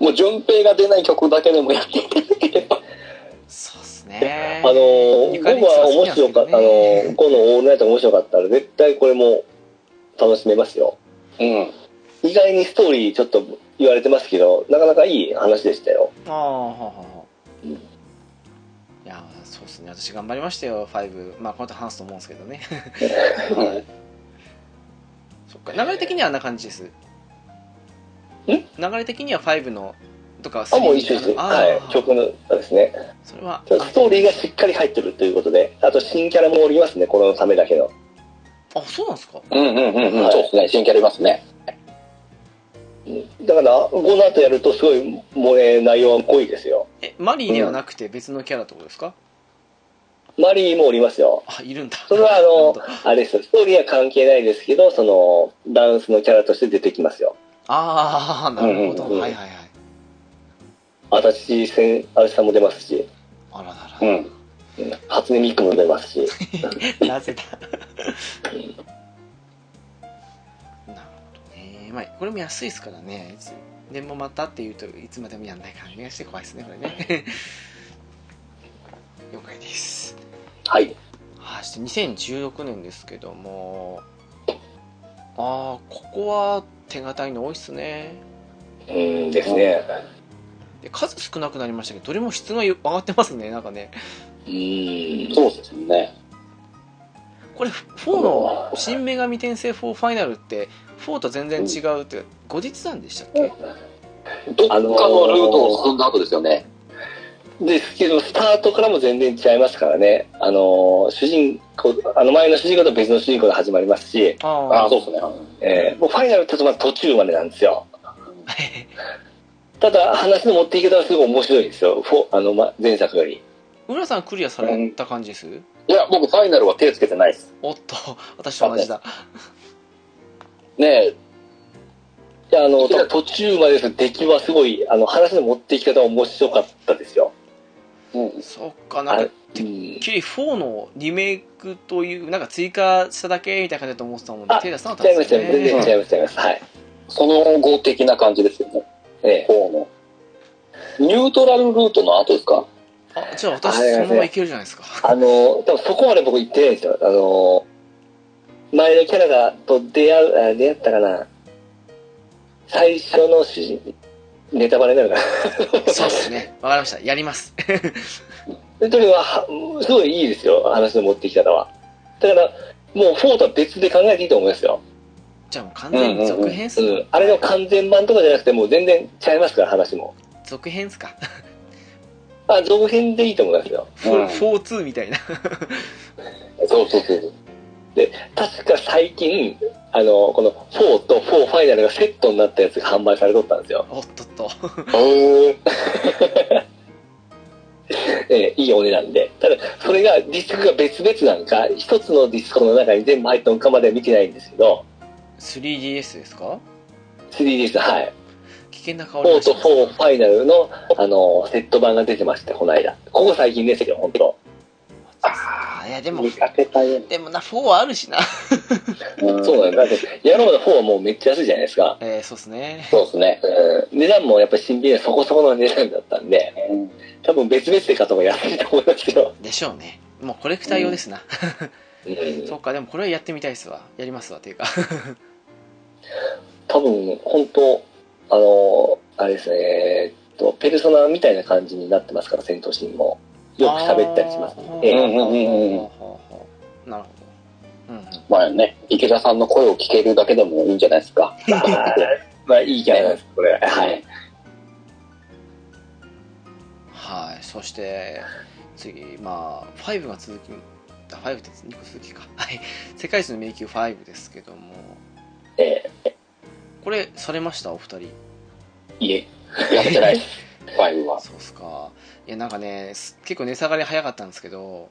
C: もう順平が出ない曲だけでもやっていただければ。
A: そうっすね
B: あのー、
A: ゆ
B: 5
A: かりさん
B: は
A: 好きな
B: 面
A: んです
B: 白
A: け
B: か
A: ど
B: った、あの
A: ね
B: ー、5のオールナイトが面白かったら、絶対これも楽しめますよ。
C: うん。
B: 意外にストーリーちょっと言われてますけど、なかなかいい話でしたよ。
A: ああはあはあはあいやーそうっすね私頑張りましたよ5まあこの後話すと思うんですけどね (laughs) そっか流れ的にはあんな感じですん流れ的には5のとか
B: あ、もう一緒です。
A: あ
B: はい。曲のですね。
A: それは
B: ちょっとストーリーがしっかり入ってるということで、あと新キャラもおりますね、このためだけの。
A: あそうなんですか
C: うんうんうんうん。
B: はい
C: そうですね。新キャラいますね。
B: うんだから、この後やるとすごい燃え、内容は濃いですよ。
A: えマリーではなくて別のキャラってことですか、
B: マリーもおりますよ。
A: あいるんだ
B: それはあ
A: なるほ
B: の
A: ど、
B: あれですよストーリーは関係ないですけど、その、ダンスのキャラとして出てきますよ。
A: ああなるほど、
B: うんうんうん
A: はいはいはい
B: 足立せん、足立さんも出ますし、
A: あらだ
C: う
A: ら、
B: う
C: ん。
B: ん初音ミクも出ます
C: (laughs)
B: し。
A: なぜだなるほどねまあこれも安いですからねいつでもまたっていうといつまでもやんない感じがして怖いですねこれね (laughs) 了解です
B: はい。
A: はい、そして2016年ですけどもああここは手堅いの多いっすね
B: うんですね。
A: で数少なくなりましたけどどれも質がよ上がってますねなんかね
B: うん。
C: そうですね。
A: これ4の「新女神転生4ファイナル」って4と全然違うっていうか後日談でしたっけ
C: どっかのルートを進んだ後ですよね。
B: ですけど、スタートからも全然違いますからね。あの、主人公、あの前の主人公と別の主人公で始まりますし、
A: あ
C: あ
A: あ
C: あ、そうですね。
B: えーもうファイナルってまだ途中までなんですよ。
A: う
B: ただ、話の持っていき方はすごい面白いですよ。フォあの、ま、前作より。
A: (laughs) 浦さんクリアされた感じです、
C: いや、僕、ファイナルは手つけてないです。
A: おっと (laughs) 私と同じだ
C: ねえ、
B: いや、あの、ただ途中までです出来はすごい、あの、話の持っていき方は面白かったですよ。
C: うん、
A: そっか
B: あ
A: なん
B: れ
A: か、
B: う
A: き
B: ん。
A: り4のリメイクというなんか追加しただけみたいな感じだと思ってたもんで
B: あ
A: 手出さなかっ
B: 違い
A: たんで
B: ま
A: す
B: す
A: よ
B: よ。全
A: ね
B: 然違います、違います。はい。
C: その後的な感じですよね。
B: ええ。
C: こうの。ニュートラルルートの後ですか
A: あじゃあ私
B: あれ
A: そのままいけるじゃないですか
B: あの、多分そこまで僕行ってないんですよ。あの、前のキャラが、と出会う、あ出会ったかな。最初の主人、ネタバレになるか (laughs) な。
A: そうですね。わかりました。やります。 (laughs)
B: というのはは、すごいいいですよ、話の持っていき方は。だから、もう4とは別で考えていいと思いますよ。
A: じゃあもう完全に続編っす、
B: うん。あれの完全版とかじゃなくて、もう全然違いますから、話も。
A: 続編っすか。
B: あ、続編でいいと思いますよ。
A: フォーフォーツーみたいな。 (laughs)
C: そうそうそう。
B: 確か最近、あの、この4と4ファイナルがセットになったやつが販売されとったんですよ。
A: おっとっと。
C: へえ。
B: (laughs) えーいいお値段で。ただ、それがディスクが別々なんか、一つのディスクの中に全部入ったのかまでは見てないんですけど、
A: 3DS ですか
B: 3DS、はい。
A: 危険な香り
B: 4
A: がし
B: と
A: ますね
B: 4ファイナルの、あの、セット版が出てました、この間。ここ最近ですけど、本当
A: あーいや、でも
C: 見、かけたよ
A: でもな、4あるしな。
C: うん
B: そうなんです。だって、やろうの4はもうめっちゃ安いじゃないですか。
A: えー、そうっすね。
C: そうですね。
B: うん、値段もやっぱり新品でそこそこの値段だったんで、多分別々で買った方が安いと思いますけど。
A: でしょうね。もうコレクター用ですな。
B: うん
A: そっか、でもこれはやってみたいっすわ。やりますわ、っていうか。
B: 多分、本当あの、あれですね、えーっと、ペルソナみたいな感じになってますから、戦闘シーンも。よく喋ったりします
A: あー。
B: え
A: ほうほう
B: え
C: うんうんうんうん
A: ほうほうなるほど。うんうん。
C: まあね、池田さんの声を聞けるだけでもいいんじゃないで
B: (laughs)
C: すか。
B: あーまあ、いいキャラなんです、これ。は。
C: はいい。
A: はい、そして次、まあ、5が続き、あ5って2個続きか、はい、世界一の迷宮5ですけども、
B: ええ
A: これ、されました、お二人。
B: いえ。
C: やってないです。 (laughs) ファイブは。
A: そうっすか、いや、なんかね、す結構値下がり早かったんですけど、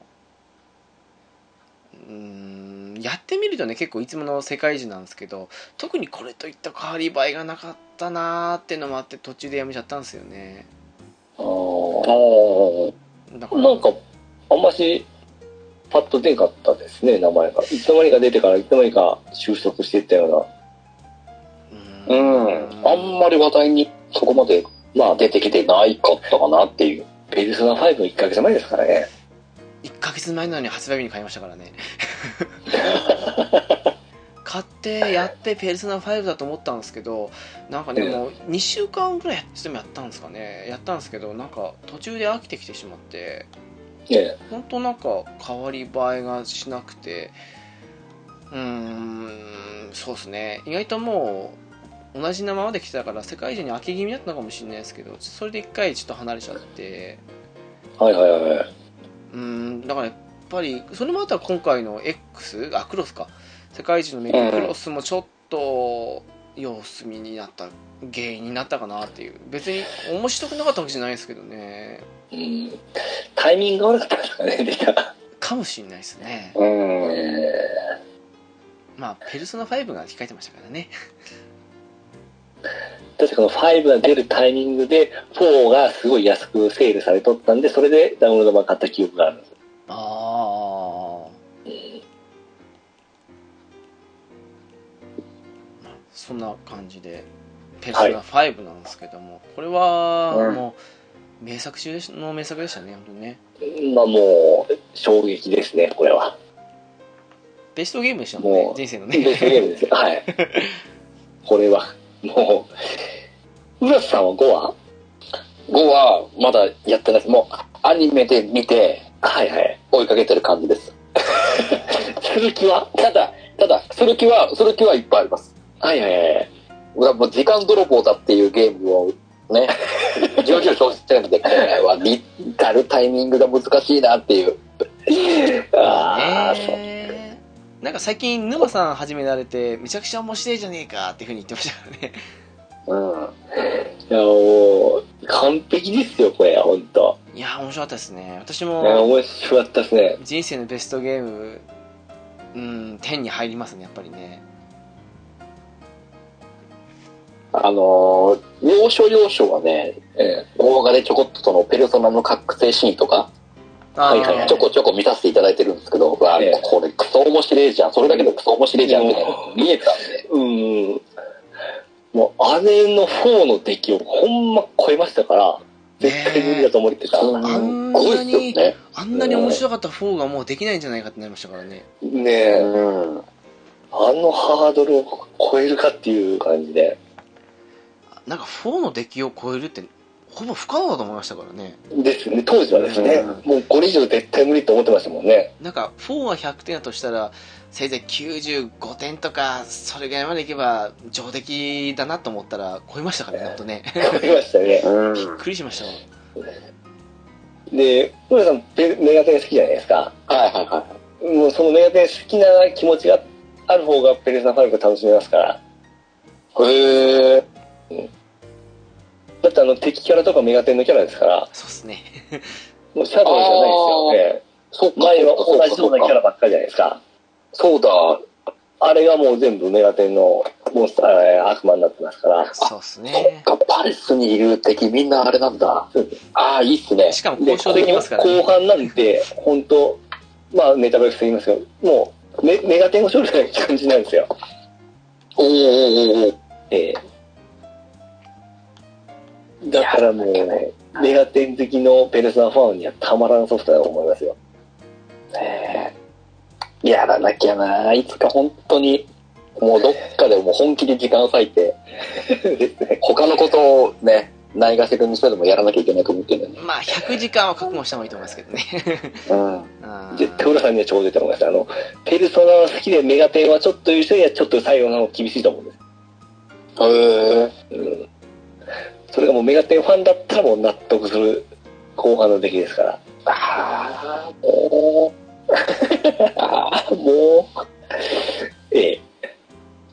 A: うーん、やってみるとね、結構いつもの世界中なんですけど、特にこれといった変わり映えがなかったなーっていうのもあって、途中でやめちゃったんですよね。
B: あー
A: だから
B: なんか、あんまし、パッと出んかったですね、名前が。いつの間にか出てから、いつの間にか収束していったような。
A: う
C: うん。あんまり話題にそこまで、まあ出てきてないかったかなっていう。
B: ペルソナ5の1ヶ月前ですからね。
A: 1ヶ月前なのに発売日に買いましたからね買ってやってペルソナ5だと思ったんですけどなんかね
B: うん
A: もう2週間ぐらいしてもやったんですかねやったんですけどなんか途中で飽きてきてしまって
B: え
A: 本当なんか変わり映えがしなくてうーんそうですね意外ともう同じ名前まで来てたから世界中に飽き気味だったのかもしれないですけどそれで1回ちょっと離れちゃって
B: えはいはいはいはい。
A: うんだからやっぱりそれもあとは今回の X あクロスか世界一のメイクロスもちょっと様子見になった原因になったかなっていう別に面白くなかったわけじゃないですけどね
B: うん。タイミングが悪かったんですかね、出た。
A: かもしれないですね
C: うん。
B: え
A: まあ「ペルソナ5が控えてましたからね
B: ー確かこの5が出るタイミングで、4がすごい安くセールされとったんで、それでダウンロード版買った記憶があるんです。
A: ああそんな感じで「ペルソナ5」なんですけども、これは
C: うん
A: もう名作中の名作でしたね本当にね
B: まあもう、衝撃ですね、これは。
A: ベストゲームでしたもんね
B: もう
A: 人生の
B: ベスト
A: ね
B: ゲームですよ。はい。これは、もう、浦瀬さんは5は
C: 5はまだやってないです。もうアニメで見て
B: はいはい。
C: 追いかけてる感じです。
B: (laughs) 続きは
C: ただ、ただ、する気は、する気はいっぱいあります。
B: はいはいはい。
C: 俺はもう時間泥棒だっていうゲームを
B: (laughs)
C: ね、じわじわ消失してるので、これは見たるタイミングが難しいなっていう。
B: ああ、そう。
A: ねなんか最近沼さん始められてめちゃくちゃ面白いじゃねえかっていうふうに言ってましたからね (laughs)
B: い
C: うん。
B: やもう、完璧ですよ、これ、ほんと。
A: いやー面白かったですね私
B: いや
A: も
B: 面白かったですね。
A: 人生のベストゲームうん天に入りますねやっぱりね
C: あのー要所要所はね、えー動画でちょこっとそのペルソナの覚醒シーンとか、
A: あー
B: はいはい
C: ちょこちょこ見させていただいてるんですけど、うわ
B: ええ
C: これクソ面白いじゃん、それだけでクソ面白いじゃんみたいなの見えてたんで、
B: うん。もう、姉の4の出来をほんま超えましたから、絶対無理だと思ってた。
A: あん
C: すごい
A: な
C: っすよ
A: に
C: ね。
A: あんなに面白かった4がもうできないんじゃないかってなりましたからね
B: ねえ、
C: うん。
B: あのハードルを超えるかっていう感じで。
A: なんか4の出来を超えるってほぼ不可能だと思いましたからね
B: ですね、当時はですね、
C: うん
B: もうこれ以上絶対無理と思ってましたもん
C: (laughs)
B: ね。
A: なんか4が100点だとしたらせいぜい95点とかそれぐらいまでいけば上出来だなと思ったら超えましたからね本当ね
B: 思いましたね。
C: うん
A: びっくりしましたわ
B: で、村さん、ペメガテン好きじゃないですか。
C: はいはいは
B: もうそのメガテン好きな気持ちがある方がペルソナ5楽しめますから。
C: い。へえ。
B: だってあの敵キャラとかメガテンのキャラですから、
A: そうっすね
B: もうシャドウじゃないですよね。
C: そっか、
B: 前は
C: そっ
B: 同
C: か
B: じよう
C: そ
B: な
C: っ
B: キャ
C: か
B: ラばっかりじゃないですか。
C: そうだ。
B: あれがもう全部メガテンのモンスター、えー悪魔になってますから。
A: そうっすね
C: そっか、パレスにいる敵みんなあれなんだ
B: そう。
C: ああ、いいっすね。
A: しかも交渉できますから
B: 後
A: ね
B: 半なんて、本当まあネタバレすぎますけど、もうメメガテンの勝利な感じなんですよ。
C: おーおーおーおー
B: ええだからもう、メガテン好きのペルソナファンにはたまらんソフトだと思いますよ。
C: ねえやらなきゃないつか本当にもうどっかでもう本気で時間割い
A: (laughs)
C: て他のことをねないがしろにしてでもやらなきゃいけないと思ってるんだよね
A: まあ100時間は覚悟した方がいいと思いますけどね
C: うん
A: あー
B: 絶対浦さんにはちょうどいいと思います。あの、ペルソナは好きでメガテンはちょっという人にはちょっと最後の方厳しいと思うんです。
C: へえ
B: うん。それがもうメガテンファンだったらもう納得する後半の出来ですから。
C: ああもう (laughs) ああもう
B: ええ。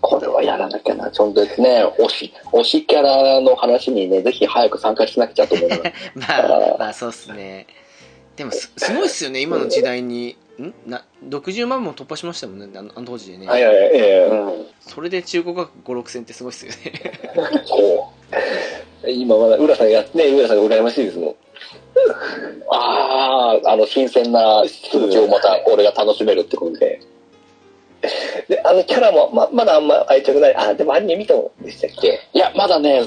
C: これはやらなきゃなちょっとですね推し推しキャラの話にねぜひ早く参加しなくちゃと思います
A: まあまあそうっすねでもすすごいっすよね今の時代にんな60万も突破しましたもんねあのあの当時でね、
B: はいはい、え
C: う
B: え。
C: ん
A: それで中古価格56000ってすごいっすよ
C: (laughs)
A: ね
B: そう。今まだ浦さんやってね、浦さんが羨ましいですもん。
C: あああの新鮮な続きをまた俺が楽しめるってことで
B: で、あのキャラもままだあんま愛着ない。あ、でもアニメ見たもんでしたっけ
C: いや、まだね、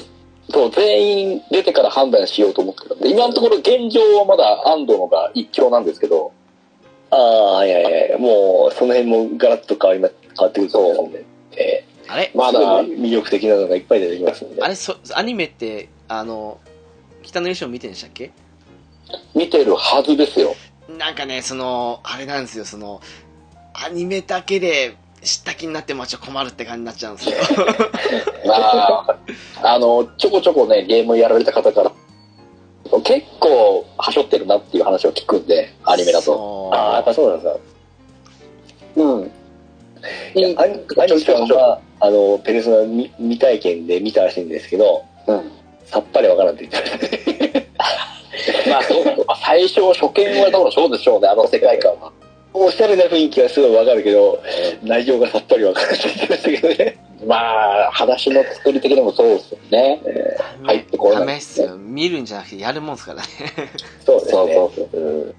C: そう、全員出てから判断しようと思ってるんで、今のところ現状はまだ安藤のが一強なんですけど、
B: ああ、いやいやいや、もう、その辺もガラッと変わりま、変わってくると思うんで。え
A: あれ
B: ー
C: まだ
B: すごい魅力的なのがいっぱい出てきますんで。
A: あれそアニメってあの北の衣装見てんでしたっけ
C: 見てるはずですよ。
A: なんかねそのあれなんですよそのアニメだけで知った気になってもちょっと困るって感じになっちゃうんですよ
C: あーあの、ちょこちょこね、ゲームやられた方から、結構、はしょってるなっていう話を聞くんで、 (laughs) アニメだと。
A: と
B: ああ、やっぱそうなんですよ。
C: うん。い
B: いやアニアニメさんは、あの、ペルソナ未未体験で見たらしいんですけど、
C: うん
B: さっぱりわからんって言ってましたね。
C: まあ、そうまあ最初、初見は多分そうでしょうね、あの世界観は。
B: おしゃれな雰囲気はすごいわかるけど、内容がさっぱりわからんって言ってましたけどね。
C: まあ、話の作り的にもそうですよね。入ってこれない
A: 試すよ見るんじゃなくてやるもんですからね
B: そうですね。
C: そうそうそう。
B: うん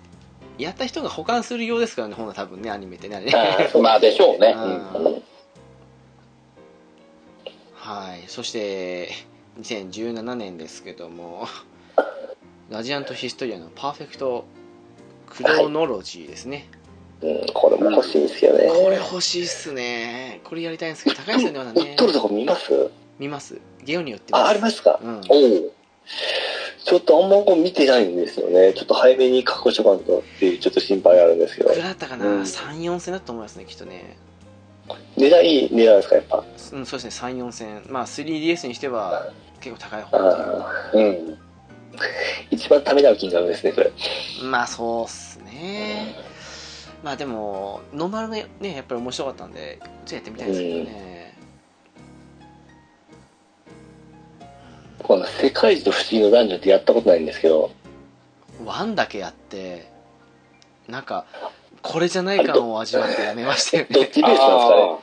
A: やった人が保管するようですからねほんな多分ねアニメってねあれね
C: あ (laughs) まあ、でしょうね。
A: うん
C: うん
A: はい、そして2017年ですけども、ラジアントヒストリアのパーフェクトクロノロジーですね。
B: うん、これも欲しいですけどね。
A: これ欲しいっすね。これやりたいんですけど、高いっすよね、まだ
B: 売っ
A: ね
B: と。るとこ見ます
A: 見ます。ゲオによって
B: あ、ありますか
A: うん、
B: おうちょっとあんまこう見てないんですよね。ちょっと早めに確保しとかんとっていうちょっと心配があるんですけど
A: いく。らだったかな、
C: うん
A: 3、4千だと思いますね、きっとね。
B: 値段いい値段ですか、やっぱ。
A: うん、そうですね、3、4千。まあ、3DS にしては結構高い方っていう
B: あ
C: うん。
B: ー一番ためらう金額ですね、それ。
A: まあそうっすね。まあでも、ノーマルがね、やっぱり面白かったんで、ちょっとやってみたいですけどね。
B: この世界一と不思議の男女ってやったことないんですけど、
A: ワンだけやって、なんか、これじゃない感を味わってやめましたよ
B: どっ (laughs)
A: ね。
B: ちベースなんですかね。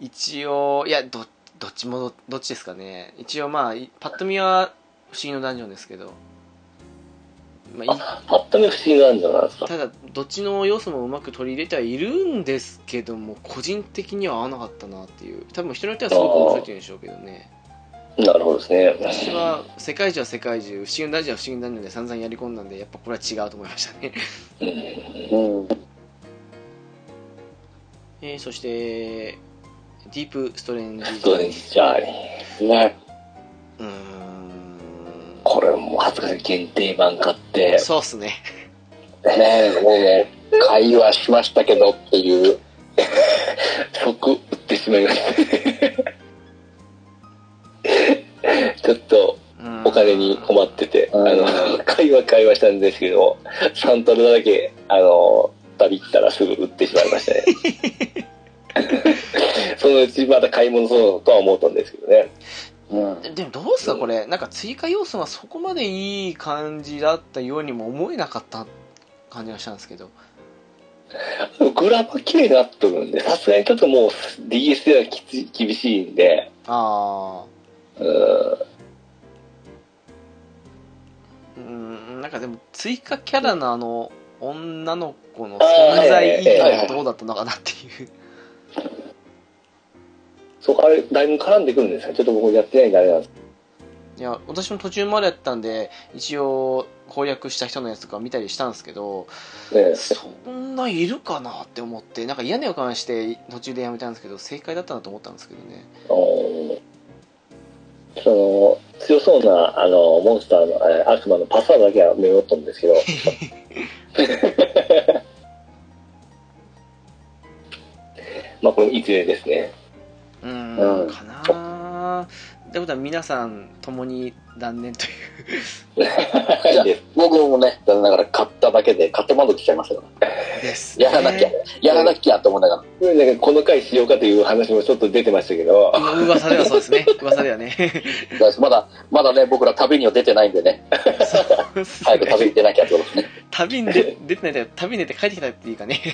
A: 一応、いや、ど、どっちもど、どっちですかね。一応まあ、いパッと見は不思議のダンジョンですけど、まあ、い
B: あ、あっため不思議の男女なんですか。
A: ただ、どっちの要素もうまく取り入れてはいるんですけども、個人的には合わなかったなっていう。多分人によってはすごく面白いって言うんでしょうけどね。
B: なるほどですね。
A: 私は世界中は世界中不思議な男女は不思議な男女で散々やり込んだんでやっぱこれは違うと思いましたね、 (laughs)
C: うん。
A: えーそしてディープストレンジ
B: そうです。じゃあ、
C: ね。
A: うーん
B: これも恥ずかしい限定版買って、
A: そうっすね
C: ねもうね、会話しましたけどっていう。
B: 即売ってしまいました。 (laughs) ちょっと
A: うーん
B: お金に困ってて、あ
C: うん
B: の、 (laughs) 会話会話したんですけども、サントラだけ、あの、旅行ったらすぐ売ってしまいましたね。
C: (laughs)
B: そのうちまた買い物そうとは思ったんですけどね。
C: うん。
A: でもどうっすかこれなんか追加要素がそこまでいい感じだったようにも思えなかった感じがしたんですけど
B: グラフは綺麗になってるんで、さすがにちょっともう DS ではきつい厳しいんで、
A: ああ
B: うん
A: うーんなんかでも追加キャラのあの女の子の存
B: あー
A: 在意義
B: はいはい
A: は
B: はい
A: どうだったのかなっていう
B: そう、あれ、だいぶ絡んでくるんですかちょっと僕やってないんであれなんです
A: いや私も途中までやったんで一応攻略した人のやつとか見たりしたんですけど
B: けどね。
A: そんないるかなって思ってなんか嫌な予感して途中でやめたんですけど正解だったなと思ったんですけどね
B: あのその強そうなあのモンスターのえー悪魔のパスワードだけはメモったんですけど (laughs) まあこれいずれですね
A: うーん
C: うん
A: かなーってことは皆さん共に断念という
C: いや
B: で
C: 僕もね、残念ながら買っただけで、買って満足しちゃいましたから。
A: です、ね、
C: やらなきゃ、やらなきゃって思いながら。
B: これなんかこの回しようかという話もちょっと出てましたけど
A: 今噂ではそうですね噂では
C: (laughs)
A: ね
C: だからまだ、まだね、僕ら旅には出てないんでね、
A: そうっすね
C: 早く旅に出なきゃってことですね。
A: 旅に出 (laughs) 出てないで旅に出て帰ってきたっていうかね (laughs)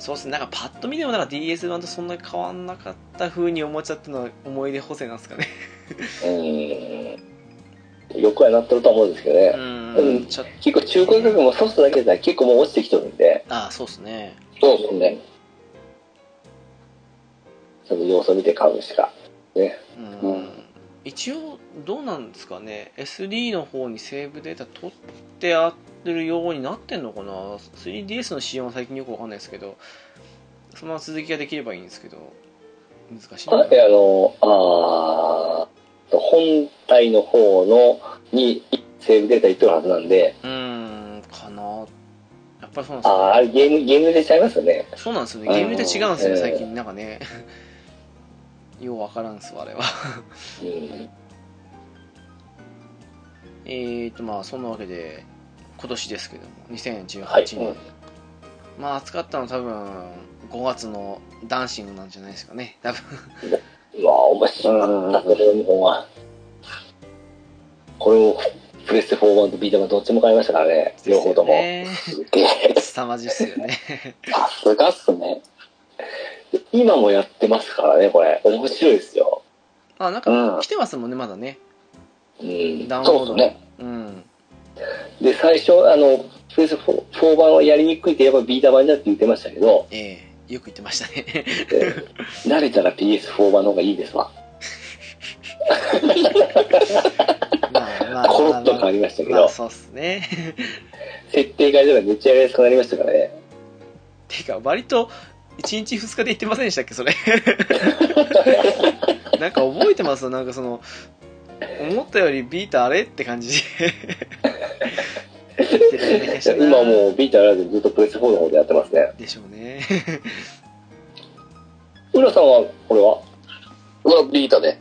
A: そうですねなんかパッと見でもなんか DS 版とそんなに変わんなかった風に思っちゃったのは思い出補正なんですかね
B: うんよくはなってるとは思うんですけど
A: う
B: ね
A: ー
B: うん
A: んちょっ
B: 結構中古価格もソフトだけでは結構もう落ちてきてるんで
A: とああそうですね
C: そうですね。
B: その要素見て買うしか
A: う
C: うんん
A: 一応どうなんですかね SD の方にセーブデータ取ってあってるようになってんのかな 3DS の仕様は最近よくわかんないですけどそのまま続きができればいいんですけど難しいな
B: はい、あの、あー本体の方のにセーブデータいってるはずなんで、
A: うーんかなやっぱりそうなんですかね
B: あーあれゲーム、ゲームでちゃいますよね。
A: そうなんですよね
C: うん
A: ゲームで違うんですよね
B: ええ
A: 最近なんかね (laughs) ようわからんっすわあれは (laughs)
B: うん。
A: えーとまあそんなわけで今年ですけども2018年、
B: はいうん
A: まあ暑かったの多分5月のダンシングなんじゃないですかね多分
B: うわ、面白かった、それ日本は。これを、プレステ4版とビータ版どっちも買いましたからね、両方とも。
A: ですよね
B: すげえ
A: 凄まじいっすよね (laughs)
C: さすがっすね。
B: 今もやってますからね、これ。面白いですよ。
A: あなん
C: う
A: か
C: ん
A: 来。てますもんねまだね
B: うん。
A: ダウンロ
C: そ
A: ー
C: うで
A: ド
C: すね。
A: うん
B: で、最初、あの、プレステ 4, 4版はやりにくいって、やっぱビータ版になって言ってましたけど、
A: ええよく言ってましたね (laughs)
B: えー慣れたら PS4 版の方がいいですわ。
A: まあまあ
B: コロッと変わりましたけ
A: まあ
B: ど、
A: そうっすね
B: 設定変えればめっちゃやりやすくなりましたからね。
A: てか割と1日2日で行ってませんでしたっけ
B: (laughs)
A: それなんか覚えてますなんかその思ったよりビータあれって感じで言ってたような気がしたな
B: 今もうビータやらずにずっとプレステ4の方でやってますね。
A: でしょうね
B: 浦さんは、これは
C: うわ、ビータで。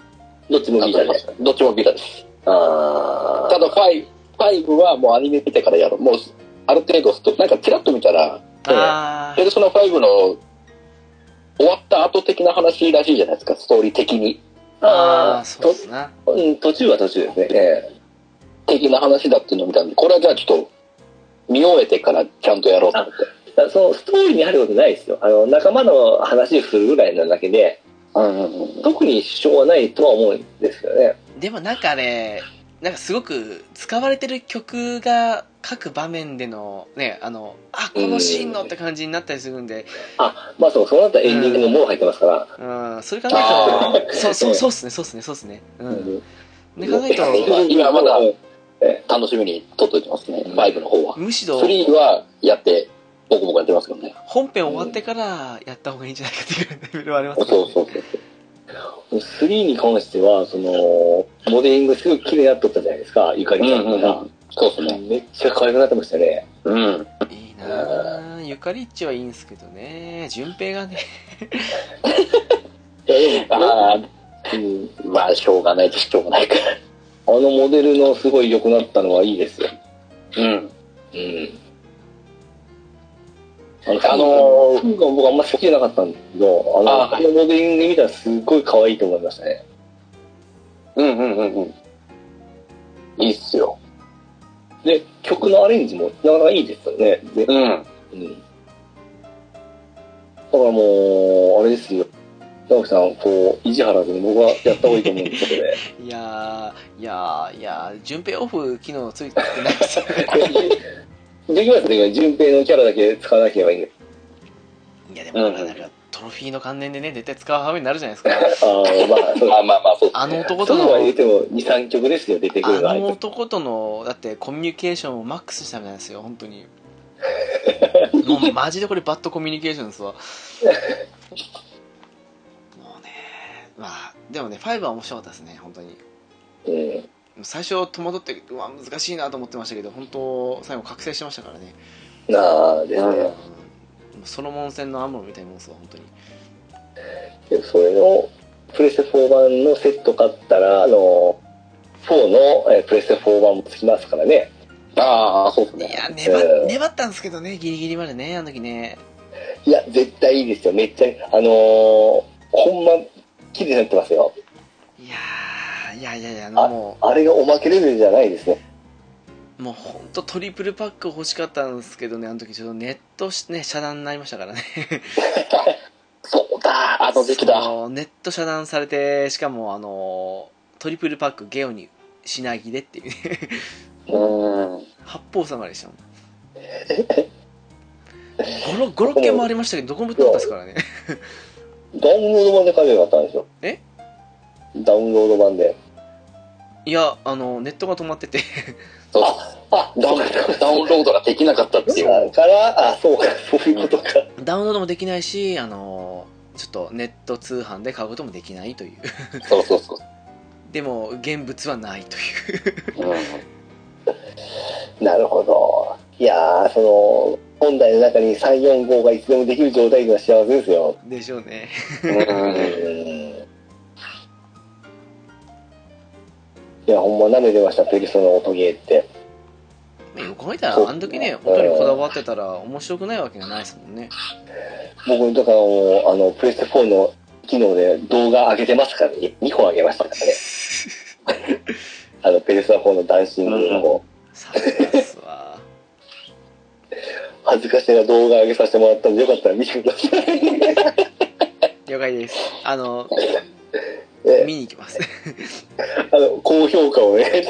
B: どっちもビータで。
C: どっちもビータです。
B: あー
C: ただ、ファイ5はもうアニメ見てからやる。もう、ある程度スト、なんかチラッと見たら、
A: あ
C: ペルソナ5の終わった後的な話らしいじゃないですか、ストーリー的に。
A: ーあーそう
B: と
A: っすな
B: うん、途中は途中ですね。え
C: 的な話だっていうのを見たんで、これはじゃあちょっと、見終えてからちゃんとやろうと思って。
B: えだからそのストーリーにあることないですよ。あの、仲間の話をするぐらいなだけで、
C: うんうんうん。
B: 特に支障はないとは思うんですよね。
A: でもなんかねなんかすごく使われてる曲が各場面でのねあのあこのシーンのって感じになったりするんで
B: あ、まあそう、そうなったらエンディングのもう入ってますから。
A: うんそれ考
C: あ
A: えるとそうそう
B: ええ
A: そうっすねそうっすねそうっすねう
B: うんん
A: で考えると
C: 今今まだ
B: うん
C: 楽しみに撮っといてますね、5の方は。
A: むしろ
C: 3はやって、ボコボコやってますけどね。
A: 本編終わってからやった方がいいんじゃないかっていうレベルはあります
C: そう
A: からね
C: そうそう。
B: 3に関しては、その、モデリングすごい綺麗になっとったじゃないですか、ゆか
C: うん
B: り
C: う
B: さん
C: んう
B: が
C: ん。。そうですね。
B: めっちゃ可愛くなってましたね。
C: うん。
A: いいなあゆかりっちはいいんすけどね順平がね
B: いやでもう
C: あ
B: ん
C: あ、まあ、しょうがないとしょうがないから。
B: あのモデルのすごい良くなったのはいいですよ。
C: う
B: う
C: ん。
B: ん。あの、
C: あ
B: あ
C: のー
B: 僕あんま好きじゃなかったんですけど、あの、
C: あー
B: このモデリングで見たらすっごい可愛いと思いましたね。
C: うんうんうんうん。いいっすよ。
B: で、曲のアレンジもなかなかいいですよね。で
C: うん。
B: うんだからもう、あれですよ。直樹さん、こう、意地張らずに僕はやった方がいいと思うんですけど
C: (laughs)
B: ね。
A: いやーいやーいやー順平オフ機能ついてないですよね
C: (laughs)
B: できますね、順平のキャラだけ使わなければいいんで。
A: いやでもなんかトロフィーの関連でね絶対使う羽目になるじゃないですか
B: ああ、まあ、そう
C: まあまあまあ、そうっすね
A: あの男
B: そ
A: と
B: うは言
A: の
B: うても2、3曲ですよ、出てくるのは
A: あの男とのだってコミュニケーションをマックスしたみたいですよ本当にもうマジでこれバッドコミュニケーションですわもうねまあでもね5は面白かったですね本当に
B: うん
A: 最初戸惑ってうわ難しいなと思ってましたけど本当最後覚醒してましたからね、
B: なあです
C: うん
B: ね。
A: うん、ソロモン戦のアムロみたいなもんですわ本当に
B: でそれの、プレステ4版のセット買ったら、あの、4のえープレステ4版もつきますからね。
C: ああ、そうっす
A: い
C: ね。
A: や粘,、
B: うん
A: 粘ったんですけどねギリギリまでねあの時ね
B: いや、絶対いいですよ、めっちゃ。あのーほんま、綺麗になってますよ。
A: いやーいやいやいやあのもう
B: あれがおまけレベルじゃないですね。
A: もうほんとトリプルパック欲しかったんですけどね、あの時ちょっとネットし、ね、遮断になりましたからね。
C: そうだ、あの時期だ。
A: そうネット遮断されて、しかもあの、トリプルパックゲオに品切れっていうね。
C: うん。
A: 八方塞がりでしたもん。5、6件もありましたけど、どこも売ってなかったですからね。
B: ダウンロード版で買えばよかったんですよ。
A: え
B: ダウンロード版で。
A: いや、あの、ネットが止まってて。 (laughs)
C: そう
B: あ、
C: ダウンダウンロードができなかったってい
B: だ
C: う。
B: から、あ、そうか、そういうことか。
A: ダウンロードもできないし、あの、ちょっとネット通販で買うこともできないという。
C: そうそうそう。
A: でも、現物はないという。
C: う。
B: なるほど。いやー、その、本体の中に3、4、5がいつでもできる状態が幸せですよ。
A: でしょうね。
B: うん
C: うん
B: ん。いや、ほんま舐めてました、ペルソナ音ゲーって。
A: まあよく考えた
B: そう
A: らあんだけね音にこだわってたら面白くないわけがないですもんね
B: 僕、だからもう、あの、プレステ4の機能で動画上げてますからね。2本上げましたからね。あの、ペルソナ4のダンシングの方、
A: さすがっすわ
B: 恥ずかしながら動画上げさせてもらったんで、よかったら見てください。
A: 了解ですあの
B: え
A: 見に行きます (laughs)
B: あの、高評価をね。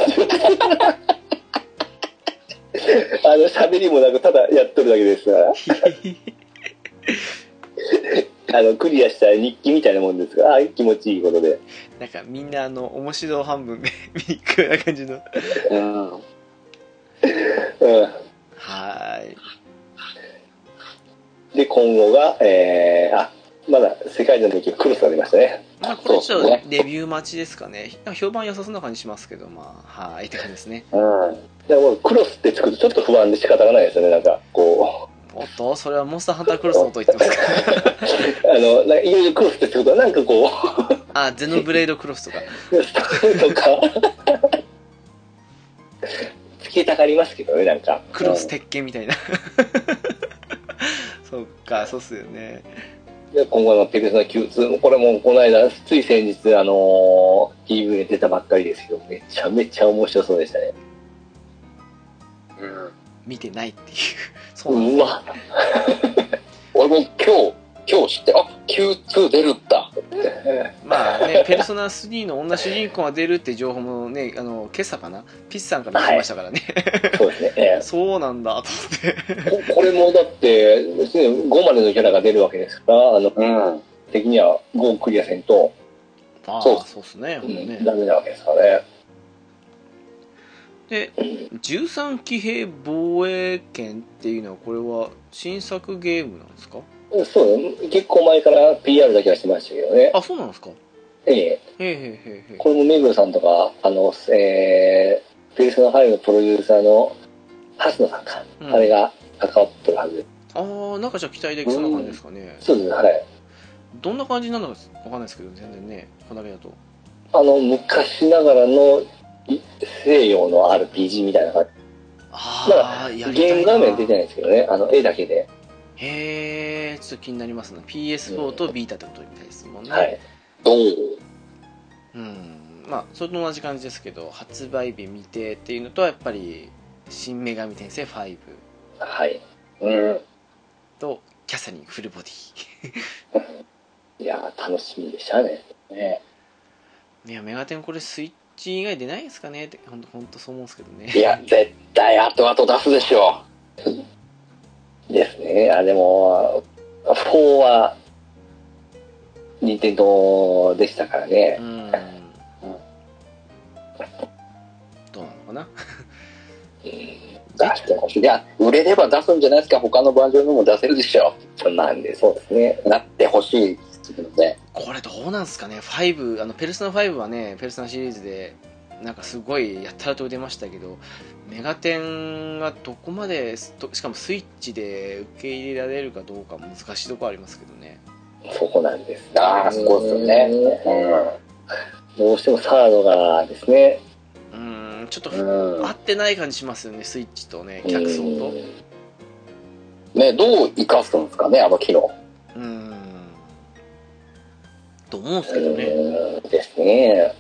B: あの、喋りもなく、ただやっとるだけですから。あの、クリアした日記みたいなもんですから、あ気持ちいいことで。
A: なんかみんなあの面白半分 (laughs) 見に行くような感じの
C: うん。
B: うん。
A: はーい
B: で、今後が、えー、あ、まだ世界の影響クロスが出ましたね。
A: まあこれちょっと
C: そうです
A: レビュー待ちですかねなんか評判良さそうな感じしますけどまあはいって感じですね
C: うん。
B: だからもうクロスってつくとちょっと不安で仕方がないですよね、なんか、こ
A: おっとそれはモンスターハンタークロスの音言ってますか (laughs)
B: う、あの、なんかいろいろクロスってつくと、なんかこ
A: あゼノブレイドクロスとか
B: う、スタッフとか、
A: (laughs)
B: つけたがりますけどね、なんか。
A: クロス鉄拳みたいな (laughs) そっかそうっすよね
B: で今後のペルソナ Q2 もこれもこの間つい先日あのー PV で出たばっかりですけどめちゃめちゃ面白そうでしたね
C: うん。
A: 見てないっていうそうなんです
B: う
A: よ
B: わ
C: 俺も今日、今日知って、あ、Q2 出るんだ。
A: まあね「ペルソナ3の女主人公が出るって情報もねあの今朝かなピッさんから聞きましたからね、
B: そうですね、え
A: そうなんだと思って
B: えここれもだって別に5までのキャラが出るわけですからあの
C: うん。
B: 的には5をクリアせんと、
A: ああ
C: そう
A: そうっすねほんとね、
B: ダメなわけですからね
A: で13騎兵防衛権っていうのはこれは新作ゲームなんですか
B: そうね結構前から PR だけはしてましたけどね
A: あそうなんですかへ
B: え
A: え
B: え
A: へえへえへえ
B: これも目黒さんとかあのえー、ペルソナ5のプロデューサーの蓮野さんか、
A: うん
B: あれが関わってるはず
A: あーなんかじゃあ期待できそうな感じですかね、
B: そうですねはい
A: どんな感じなのかわかんないですけど全然ねこんだけだと
B: あの、昔ながらのい西洋の RPG みたいな感
A: ああや
B: じ。
A: り
B: ゲ
A: た
B: ー
A: いな
B: ム画面出てないですけどね、あの、絵だけで。
A: へえちょっと気になりますね PS4 とビータってことみたいですもんね、
B: はい。
C: どう
A: うんまあそれと同じ感じですけど発売日未定っていうのとやっぱり「新女神転生5
B: はい。
C: うん。」
A: と「キャサリンフルボディ (laughs)
B: いやー、楽しみでしたね。
C: ね」
A: いやメガテンこれスイッチ以外出ないですかねってほんとほんとそう思うんですけどね
C: いや、絶対後々出すでしょ。
B: ですね。あ、でも、4は、任天堂でしたからね
A: う。んどうなのかな
C: 出してほしい。いや、売れれば出すんじゃないですか。他のバージョンのも出せるでしょ。
B: なんで、そうですね。
C: なってほしいですけどね。
A: これどうなんですかね5あのペルソナ5はねペルソナシリーズでなんかすごいやったらと出ましたけどメガテンがどこまでとしかもスイッチで受け入れられるかどうか難しいとこありますけどね
B: そこなんです。
C: ああ、そこですよね。
B: どうしてもサードがですね。
A: うーんちょっと、
C: うん。うん
A: 合ってない感じしますよねスイッチとね客層と
B: うん
C: ね、どう生かすんですかね、あの機能。
A: うーんと思うんですけどね
B: うんですね。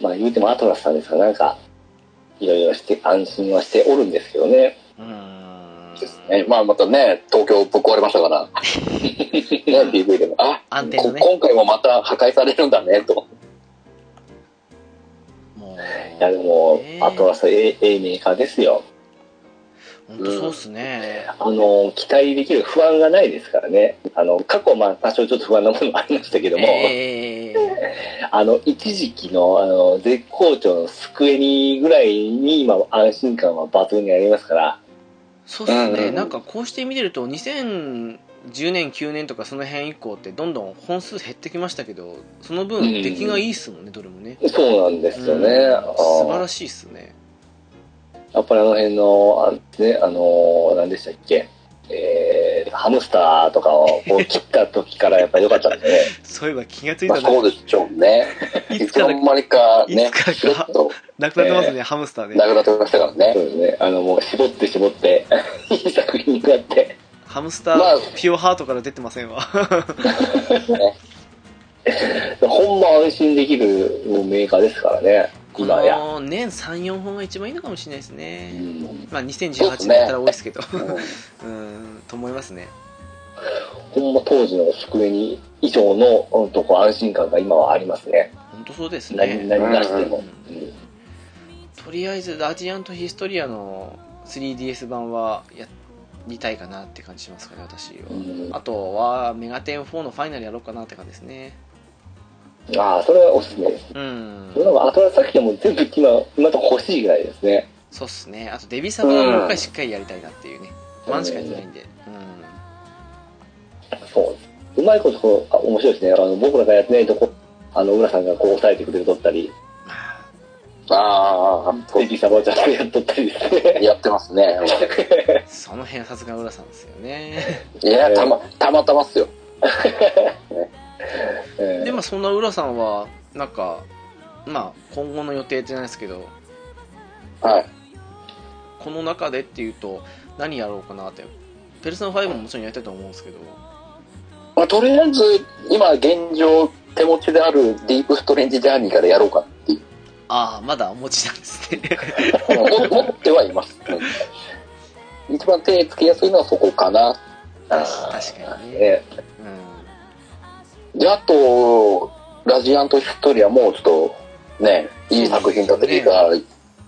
B: まあ言うてもアトラスさんですから、なんか、いろいろして安心はしておるんですけどね。
A: うーん
C: ですね。まあ、またね、東京ぶっ壊れました
A: (laughs)
C: から。ね、PV でも。あ、
A: 安定の
C: こ
A: ね
C: 今回もまた破壊されるんだね、と。
A: も
B: いや
A: う
B: でも
A: ね、
B: アトラスええええメーカーですよ。
A: 本当そうっすね、
B: あの、期待できる不安がないですからね。あの、過去まあ多少ちょっと不安なものもありましたけども、
A: ええ
B: あの、一時期の、あの、絶好調のスクエニぐらいに今安心感は抜群にありますから、
A: そうです
C: うんうん
A: ね、
C: うん
A: なんかこうして見てると2010年9年とかその辺以降ってどんどん本数減ってきましたけどその
C: うんう
A: 分
C: ん
A: 出来がいいっすもんねどれもね
B: そうなんですよね。
A: うん素晴
B: あー
A: らしいっすね
B: やっぱりあの辺の、あ,、ね、あのー、何でしたっけ、えかハムスターとかをこう切った時からやっぱ良かったんでね。
A: そういえば気がつい
C: ま
A: た
C: あ、
A: ら、
C: そうでしょうね。
A: い
C: い
A: つ
C: つ
A: か
C: の間にかね、
A: いつからか
C: し (laughs) れっと
A: なくなってますね、ハムスターね
C: なくなってましたからね
B: そ。うですね。あの、もう絞って絞って、いい作品になって。
A: ハムスター、
C: まあ
A: ピオハートから出てませんわ
B: ほんま安心できるもうメーカーですからね。
A: こ
B: 今や。
A: の年34本が一番いいのかもしれないです
B: う
A: ね、
B: ん
A: まあ2018年だったら多いですけど (laughs) う
C: うん
A: ーんと思いますね
B: ほんま当時の机に以上の、うんとこう安心感が今はありますね。
A: 本当そうです
B: 何、
A: ね
B: 何出しても。
A: う
B: うん
A: とりあえずアジアントヒストリアの 3DS 版はやりたいかなって感じしますかね私は、
B: うん
A: あとはメガテン4のファイナルやろうかなって感じですね
B: ああ、それはおすすめです。
A: うん
B: それはアトラさっきも全部今、今のとこ欲しいぐらいですね。
A: そうっすねあとデビサバはもう一回しっかりやりたいなっていうね
B: うん
A: ワンしかやってないんでうん
B: そうです。うまいことこう、あ面白いですね。あの、僕らがやってないとこ、あの、浦さんがこう抑えてくれるとったり、
A: まあ
C: ああ、そ
B: デビサバちゃんがやっとったりです
C: (laughs)
B: ね
C: う。やってますね。
A: その辺はさすが浦さんですよ
B: (laughs)
A: ね
C: いや、たま、たまたまっすよ。
B: え
A: でもそんな浦さんはなんかまあ今後の予定ってないですけど
C: はい。
A: この中でっていうと何やろうかなってペルソナ5ももちろんやりたいと思うんですけど
C: まあ、とりあえず、今現状、手持ちであるディープストレンジジャーニーからやろうかっていう。
A: ああまだお持ちなんですね
C: (laughs) も持ってはいます。うん一番手つけやすいのはそこかな。
B: あ
A: 確かにね、
B: ーね
A: うん、
C: で、あと、ラジアントヒストリアもちょっと、ね、いい作品だったりが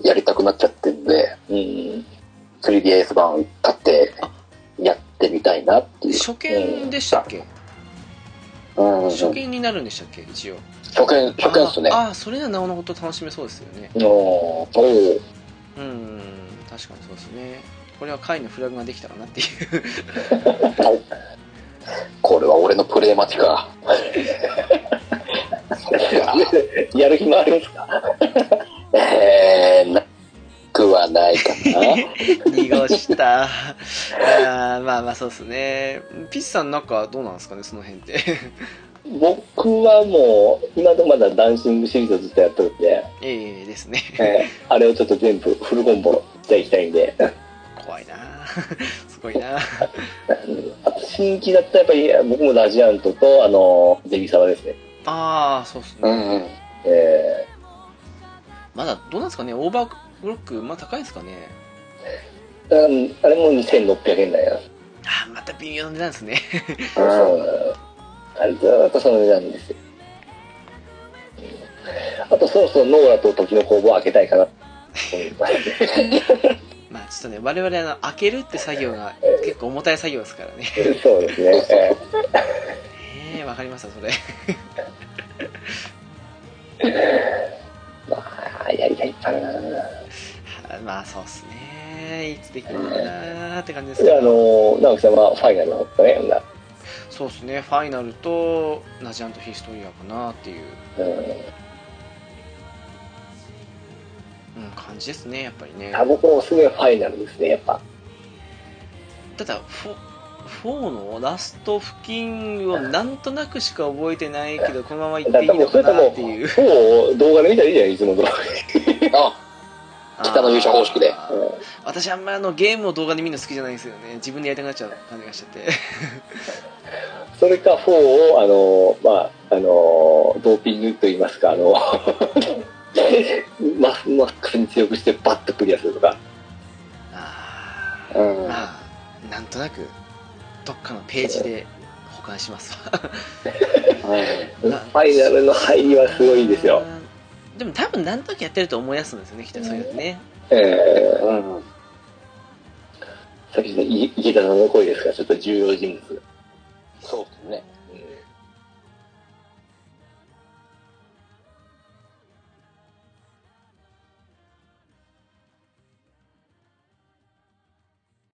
C: やりたくなっちゃってるんで、
B: うん。
C: 3DS 版買って
A: あ
C: やってみたいなっていう。
A: 初見でしたっけ、
C: うんうんうん
A: 初見になるんでしたっけ一応
C: 初見、初見っすね。
A: あーあーそれならなおのこと楽しめそうですよね
B: おー
C: おお。
A: うん確かにそうですねこれは回のフラグができたかなっていう
C: (laughs) これは俺のプレイ待ちか。
B: (laughs) やる暇ありますか
C: えー、なくはないか
A: 濁したあーまあまあそうですねピッチさんなんかどうなんですかねその辺って
B: (laughs)
A: (laughs)
B: 僕はもう、今とまだダンシングシリーズをずっとやってるんで、
A: ええですね
B: えーあれをちょっと全部フルコンボしていきたいんで、
A: 怖いなすごいな
B: あと新規だったらやっぱりいや僕もラジアントと、あの、ゼビサバですね。
A: ああそうですね、
C: な。うんうん。
B: え
A: まだどうなんですかねオーバークロックまあ高いですかね
B: ーうんあれも2600円台なんです。
A: あーまた微妙な値段ですね
B: そうあれずーっとその値段ですよ。あとそろそろノーラと時の工房を開けたいか (laughs) なと思います。
A: まあちょっとね我々あの開けるって作業が結構重たい作業ですからね
B: そうですね。えー
A: ええわかりましたそれ (laughs)
B: まあ、やりたいかな。
A: あまあそうっすねいつできるのかなーって感じですけ
B: で、あ
A: ど
B: の、直樹さんはファイナルの方ですかね。
A: そうっすねファイナルとナジアントヒストリアかなっていう、
B: うん
A: うん、感じですねやっぱりね
B: あ、僕もすごいファイナルですね、やっぱ。
A: ただフォ4のラスト付近をなんとなくしか覚えてないけどこのまま行
B: だ
A: っ
B: か
A: てい
B: ら
A: い
B: 多
A: の
B: 分そ
A: か
B: れと
A: な
B: も、
A: っていう
B: 4を動画で見たらいいじゃない、いつもの動画
C: あ、北の勇者方式で
A: あー私あんまりあのゲームを動画で見るの好きじゃないんですよね自分でやりたくなっちゃう感じがしちゃって
B: (laughs) それか4を、あの、まあ、あの、ドーピングといいますか、あ (laughs) の、マスマックスに強くしてバッとクリアするとか。
A: あー
C: うん。
A: まあなんとなくどっかのページで保管しますわ
B: ファイナルの入りはすごいですよ。
A: でも多分何時やってると思い出すんですよねきっとそういうのね
B: ええ
C: うん。
B: さっきのい池田さんの声ですが、ちょっと重要人物。